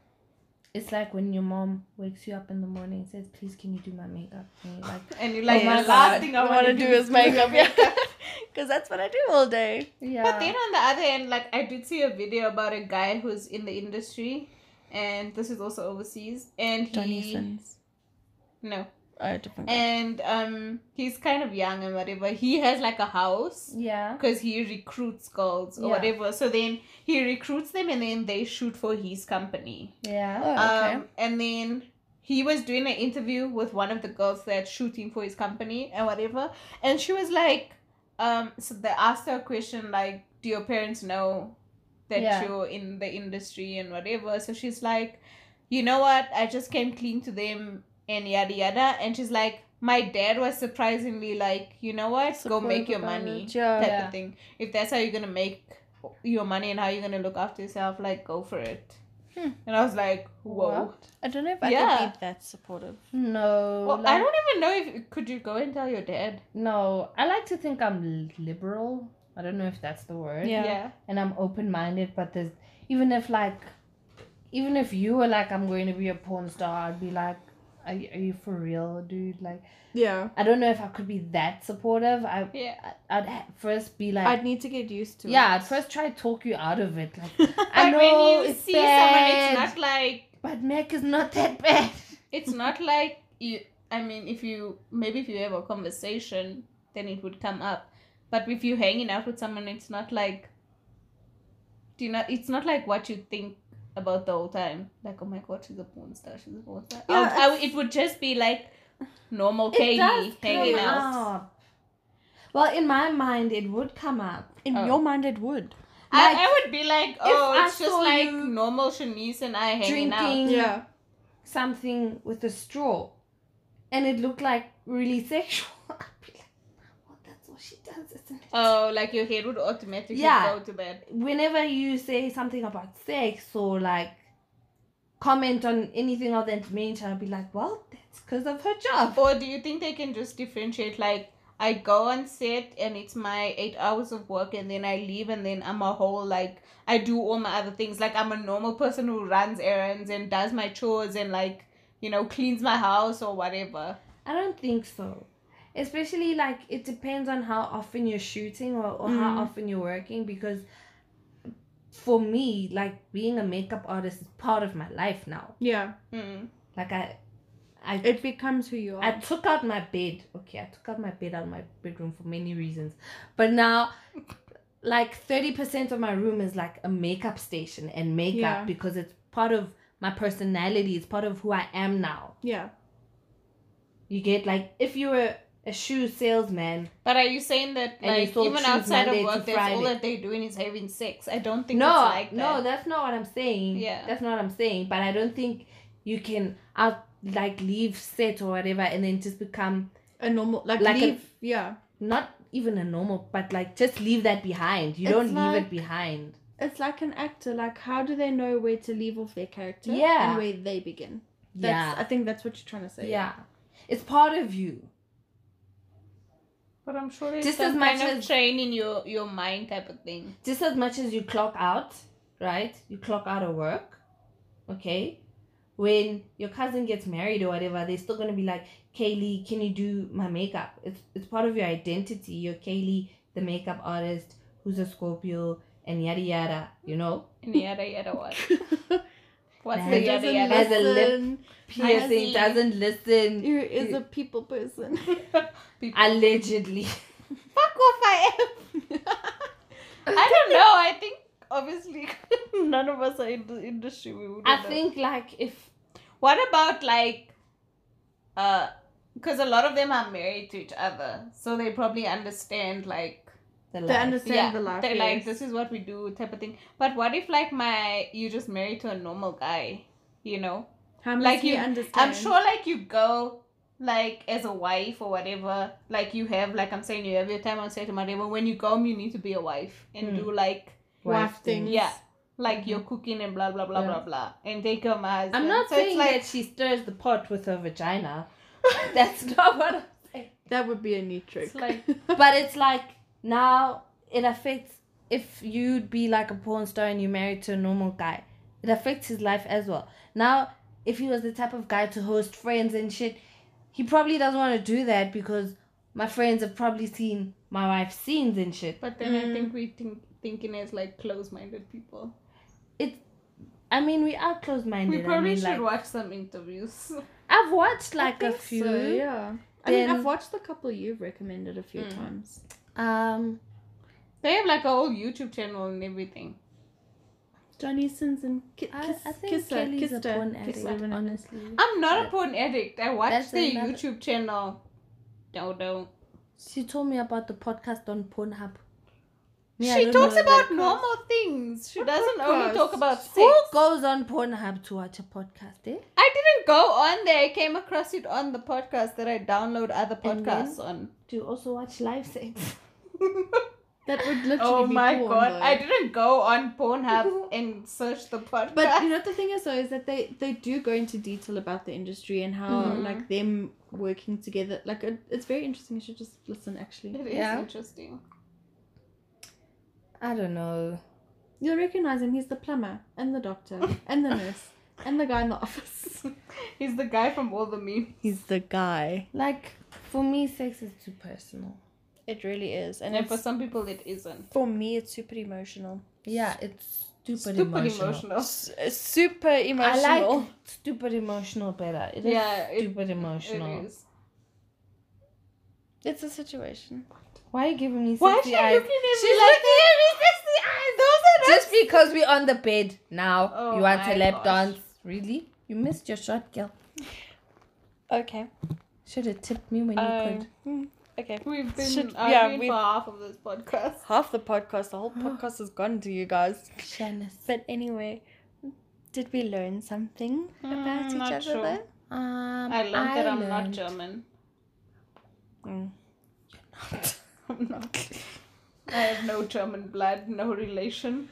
B: it's like when your mom wakes you up in the morning and says, "Please, can you do my makeup?" And you're
C: (laughs)
B: like,
C: And you're like,
A: Oh my
C: the last
A: God.
C: thing I
A: I
C: want to
A: wanna
C: do,
A: do
C: is
A: is
C: make
A: makeup,
C: up.
A: yeah. (laughs) Because that's what I do all day.
B: yeah,
C: But then on the other end, like I did see a video about a guy who's in the industry, and this is also overseas, and he
A: Johnny Sins.
C: no,
A: Oh, different. guy.
C: and um he's kind of young and whatever he has like a house
B: yeah,
C: because he recruits girls or
B: Yeah.
C: whatever so then he recruits them and then they shoot for his company
B: yeah,
A: Oh, okay.
C: um and then he was doing an interview with one of the girls that's shooting for his company and whatever and she was like um so they asked her a question like do your parents know that
B: Yeah.
C: you're in the industry and whatever so she's like you know what i just came clean to them and yada yada and she's like my dad was surprisingly like you know what go
A: Supportive
C: make your
A: about
C: money
A: it, Yeah.
C: type
B: Yeah.
C: of thing if that's how you're gonna make your money and how you're gonna look after yourself, like go for it.
B: Hmm.
C: And I was like, whoa.
B: What?
A: I don't know if I
C: Yeah.
A: could be that supportive.
B: No.
C: Well, I
B: like-
C: don't e- even know if could you go and tell your dad.
B: No, I like to think I'm liberal. I don't know if that's the word.
A: Yeah.
B: And I'm open minded, but there's even if like, even if you were like, I'm going to be a porn star, I'd be like, are you, are you for real, dude? Like,
D: Yeah.
B: I don't know if I could be that supportive. I
C: Yeah.
B: I'd ha- first be like,
D: I'd need to get used to it.
B: yeah, I'd first try to talk you out of it.
C: (laughs)
B: Like, I
C: But
B: know
C: when you
B: it's
C: see
B: bad,
C: someone, it's not like
B: but Mac is not that (laughs) bad.
C: it's not like you. I mean, if you maybe if you have a conversation, then it would come up. But if you're hanging out with someone, it's not like. Do you not? It's not like what you think about the whole time. Like, oh my god, she's a porn star. She's a porn star. I would- I would- it would just be like normal
B: It does
C: Katie hanging
B: come
C: out.
B: up. Well, in my mind, it would come up.
A: In
C: Oh.
A: your mind, it would.
B: Like,
C: I, I would be like, oh,
B: I
C: it's just
B: saw
C: like
B: you
C: normal Shanice and I hanging out.
B: drinking
D: Yeah.
B: something with a straw, and it looked like really (laughs) sexual. I'd be like, "Well, that's what she does, isn't it?" Uh,
C: Oh, like your head would automatically go
B: Yeah.
C: to bed.
B: Whenever you say something about sex or like comment on anything of that nature, I'd be like, "Well, that's because of her job."
C: Or do you think they can just differentiate like I go on set and it's my eight hours of work and then I leave and then I'm a whole like I do all my other things. Like I'm a normal person who runs errands and does my chores and like, you know, cleans my house or whatever.
B: I don't think so. Especially like it depends on how often you're shooting or, or how often you're working because for me, like being a makeup artist is part of my life now.
D: Yeah.
C: Mm.
B: Like I I
D: It becomes who you are.
B: I took out my bed. Okay, I took out my bed out of my bedroom for many reasons. But now like 30% of my room is like a makeup station and makeup
D: Yeah.
B: because it's part of my personality, it's part of who I am now.
D: yeah.
B: You get like if you were a shoe salesman
C: But are you saying that
B: And you
C: like
B: still
C: even
B: choose
C: outside
B: Monday
C: of
B: to
C: work that's all
B: Friday.
C: that they're doing is having sex? I don't think
B: no,
C: it's like that.
B: no, that's not what I'm saying.
C: Yeah.
B: that's not what I'm saying. But I don't think you can out like leave set or whatever and then just become
D: A normal like,
B: Like a-
D: leave yeah.
B: not even a normal, but like just leave that behind. You don't
D: It's
B: leave
D: like-
B: it behind.
D: It's like an actor, like how do they know where to leave off their character
B: Yeah.
D: and where they begin? That's
B: yeah,
D: I think that's what you're trying to say. (laughs)
B: yeah, it's part of you.
C: But I'm sure there's
B: Just
C: some
B: as much
C: kind of
B: as-
C: training your your mind type of thing.
B: Just as much as you clock out, right? You clock out of work, okay. When your cousin gets married or whatever, they're still gonna be like, Kaylee, can you do my makeup? It's it's part of your identity. You're Kaylee, the makeup artist who's a Scorpio and yada yada, you know?
C: And yada yada what? What's
B: Man
C: the
B: doesn't
C: yada yada?
B: Has a lip
C: I
B: Piercing
C: see.
B: doesn't listen.
D: Who is a people person? (laughs)
C: People.
B: Allegedly.
C: Fuck off, (laughs) I am. I don't know. I think obviously (laughs) none of us are in the industry. We would.
B: I think like if
C: What about like, uh, because a lot of them are married to each other, so they probably understand like.
B: the
D: they
B: life-
D: understand
C: yeah,
D: the life.
C: they're like
D: yes.
C: this is what we do type of thing. But what if like my you just married to a normal guy, you know?
D: How much
C: like
D: you
C: you-
D: understand?
C: I'm sure like you go like as a wife or whatever, like you have like I'm saying you have your time on set and whatever. When you go home you need to be a wife and
B: Mm.
C: do like
D: wife things.
C: yeah. Like your cooking and blah blah blah
B: Yeah.
C: blah blah and take care of my husband.
B: I'm not
C: so
B: saying
C: it's like
B: that she stirs the pot with her vagina. (laughs) That's not what I'm saying.
D: That would be a neat trick.
C: It's like-
D: (laughs)
B: But it's like now it affects if you'd be like a porn star and you married to a normal guy, it affects his life as well. Now, if he was the type of guy to host friends and shit, he probably doesn't want to do that because my friends have probably seen my wife's scenes and shit.
C: But then I think we think thinking as like close minded people.
B: I mean, we are close
C: We
B: minded.
C: probably
B: I mean,
C: should
B: like,
C: watch some interviews. (laughs)
B: I've watched
D: I
B: like a
D: think
B: few.
D: So, yeah. I mean,
B: Then-
D: I've watched the couple you've recommended a few times.
B: Um,
C: They have like a whole YouTube channel and everything.
D: Johnny Sins and Ki-
B: I-
D: Kiss,
B: I think
D: Kisser,
B: Kelly's a
D: Kister,
B: porn
D: Kister,
B: addict,
D: whatever.
B: honestly.
C: I'm not a porn addict. I watch
B: That's
C: the
B: another-
C: YouTube channel. No, no.
B: She told me about the podcast on Pornhub.
D: Yeah, I
C: she
D: don't
C: talks
D: know
C: about
D: that
C: normal things. She doesn't only
D: podcast?
C: talk about sex.
B: Who goes on Pornhub to watch a podcast, eh?
C: I didn't go on there. I came across it on the podcast that I download other podcasts on.
B: Do you also watch live sex?
D: That would literally
C: Oh
D: be
C: my
D: porn,
C: god!
D: though.
C: I didn't go on (laughs) Pornhub and search the podcast.
D: But you know the thing is though is that they they do go into detail about the industry and how
C: Mhm.
D: like them working together like it, it's very interesting. You should just listen actually.
C: (laughs) it (laughs) is
B: Yeah.
C: interesting.
B: (laughs) I don't know.
D: You'll recognize him. He's the plumber and the doctor and the nurse and the guy in the office.
C: He's the guy from all the memes.
A: He's the guy.
B: Like for me, sex is too personal.
A: It really is. And
C: And for
A: it's,
C: some people, it isn't.
A: for me, it's super emotional.
B: Yeah, it's stupid,
C: Stupid
B: emotional.
C: emotional.
A: S- uh, super emotional.
B: I like stupid emotional better. It is
C: Yeah, it-
B: stupid
C: It
B: emotional.
C: is.
A: It's a situation.
B: Why are you giving me
C: Why is
B: sexy
C: she
B: eyes?
C: looking at me?
B: She's
C: like,
B: like-
C: sexy eyes. Those are
B: Just because we're on the bed now,
C: Oh
B: you want
C: my
B: a lap
C: gosh.
B: dance? Really? You missed your shot, girl.
A: Okay.
B: Should have tipped me when you
A: Um,
B: could.
A: hmm, okay.
C: We've been
A: Should-
C: arguing
A: yeah, we-
C: for half of this podcast.
A: Half the podcast, the (gasps) whole podcast has gone to you guys.
B: Shanice.
A: But anyway, did we learn something
C: Mm,
A: about
C: not
A: each other
C: sure.
A: there?
B: Um,
C: I learned that I'm not
B: learned-
C: German.
A: Mm.
C: (laughs) I'm not. I have no German blood, no relation.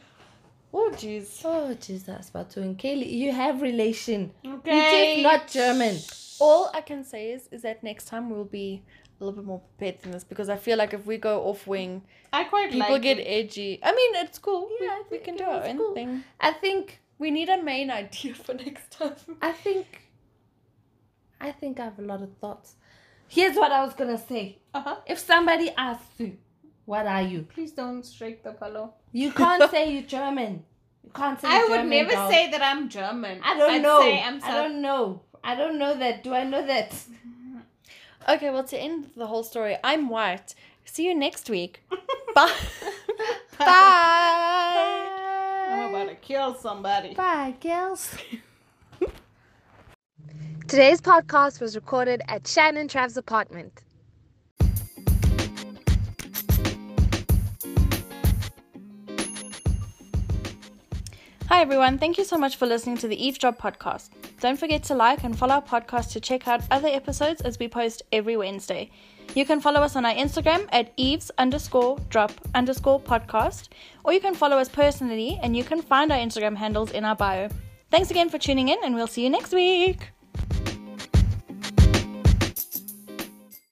A: Oh, jeez.
B: Oh Jesus, Batu and Kaylee, you have relation.
C: Okay.
B: You're just not German.
A: All I can say is, is that next time we'll be a little bit more prepared than this because I feel like if we go off (laughs) wing,
C: I quite
A: people
C: like
A: get
C: it.
A: edgy. I mean, it's cool.
B: Yeah, I
A: Yeah, we,
B: think
A: can
B: it
A: do our
B: is
A: own
B: cool.
A: thing.
B: I think,
A: We need a main idea (laughs) for next time.
B: I think, I think I have a lot of thoughts. Here's what I was gonna say.
C: Uh-huh.
B: If somebody asks you, "What are you?"
C: Please don't shake the pillow. (laughs)
B: You can't say you're German. You can't say.
C: I
B: you're
C: would
B: German,
C: never
B: dog.
C: say that I'm German.
B: I don't
C: I'd
B: know.
C: Say I'm
B: I
C: South
B: don't know. I don't know that. Do I know that?
A: Okay, well, to end the whole story, I'm white. See you next week. Bye.
C: (laughs)
A: Bye.
C: I'm about to kill somebody.
B: Bye, girls.
E: (laughs) Today's podcast was recorded at Shannon Trav's apartment.
A: Hi, everyone. Thank you so much for listening to the Eavesdrop podcast. Don't forget to like and follow our podcast to check out other episodes as we post every Wednesday. You can follow us on our Instagram at eaves underscore drop underscore podcast, or you can follow us personally and you can find our Instagram handles in our bio. Thanks again for tuning in, and we'll see you next week.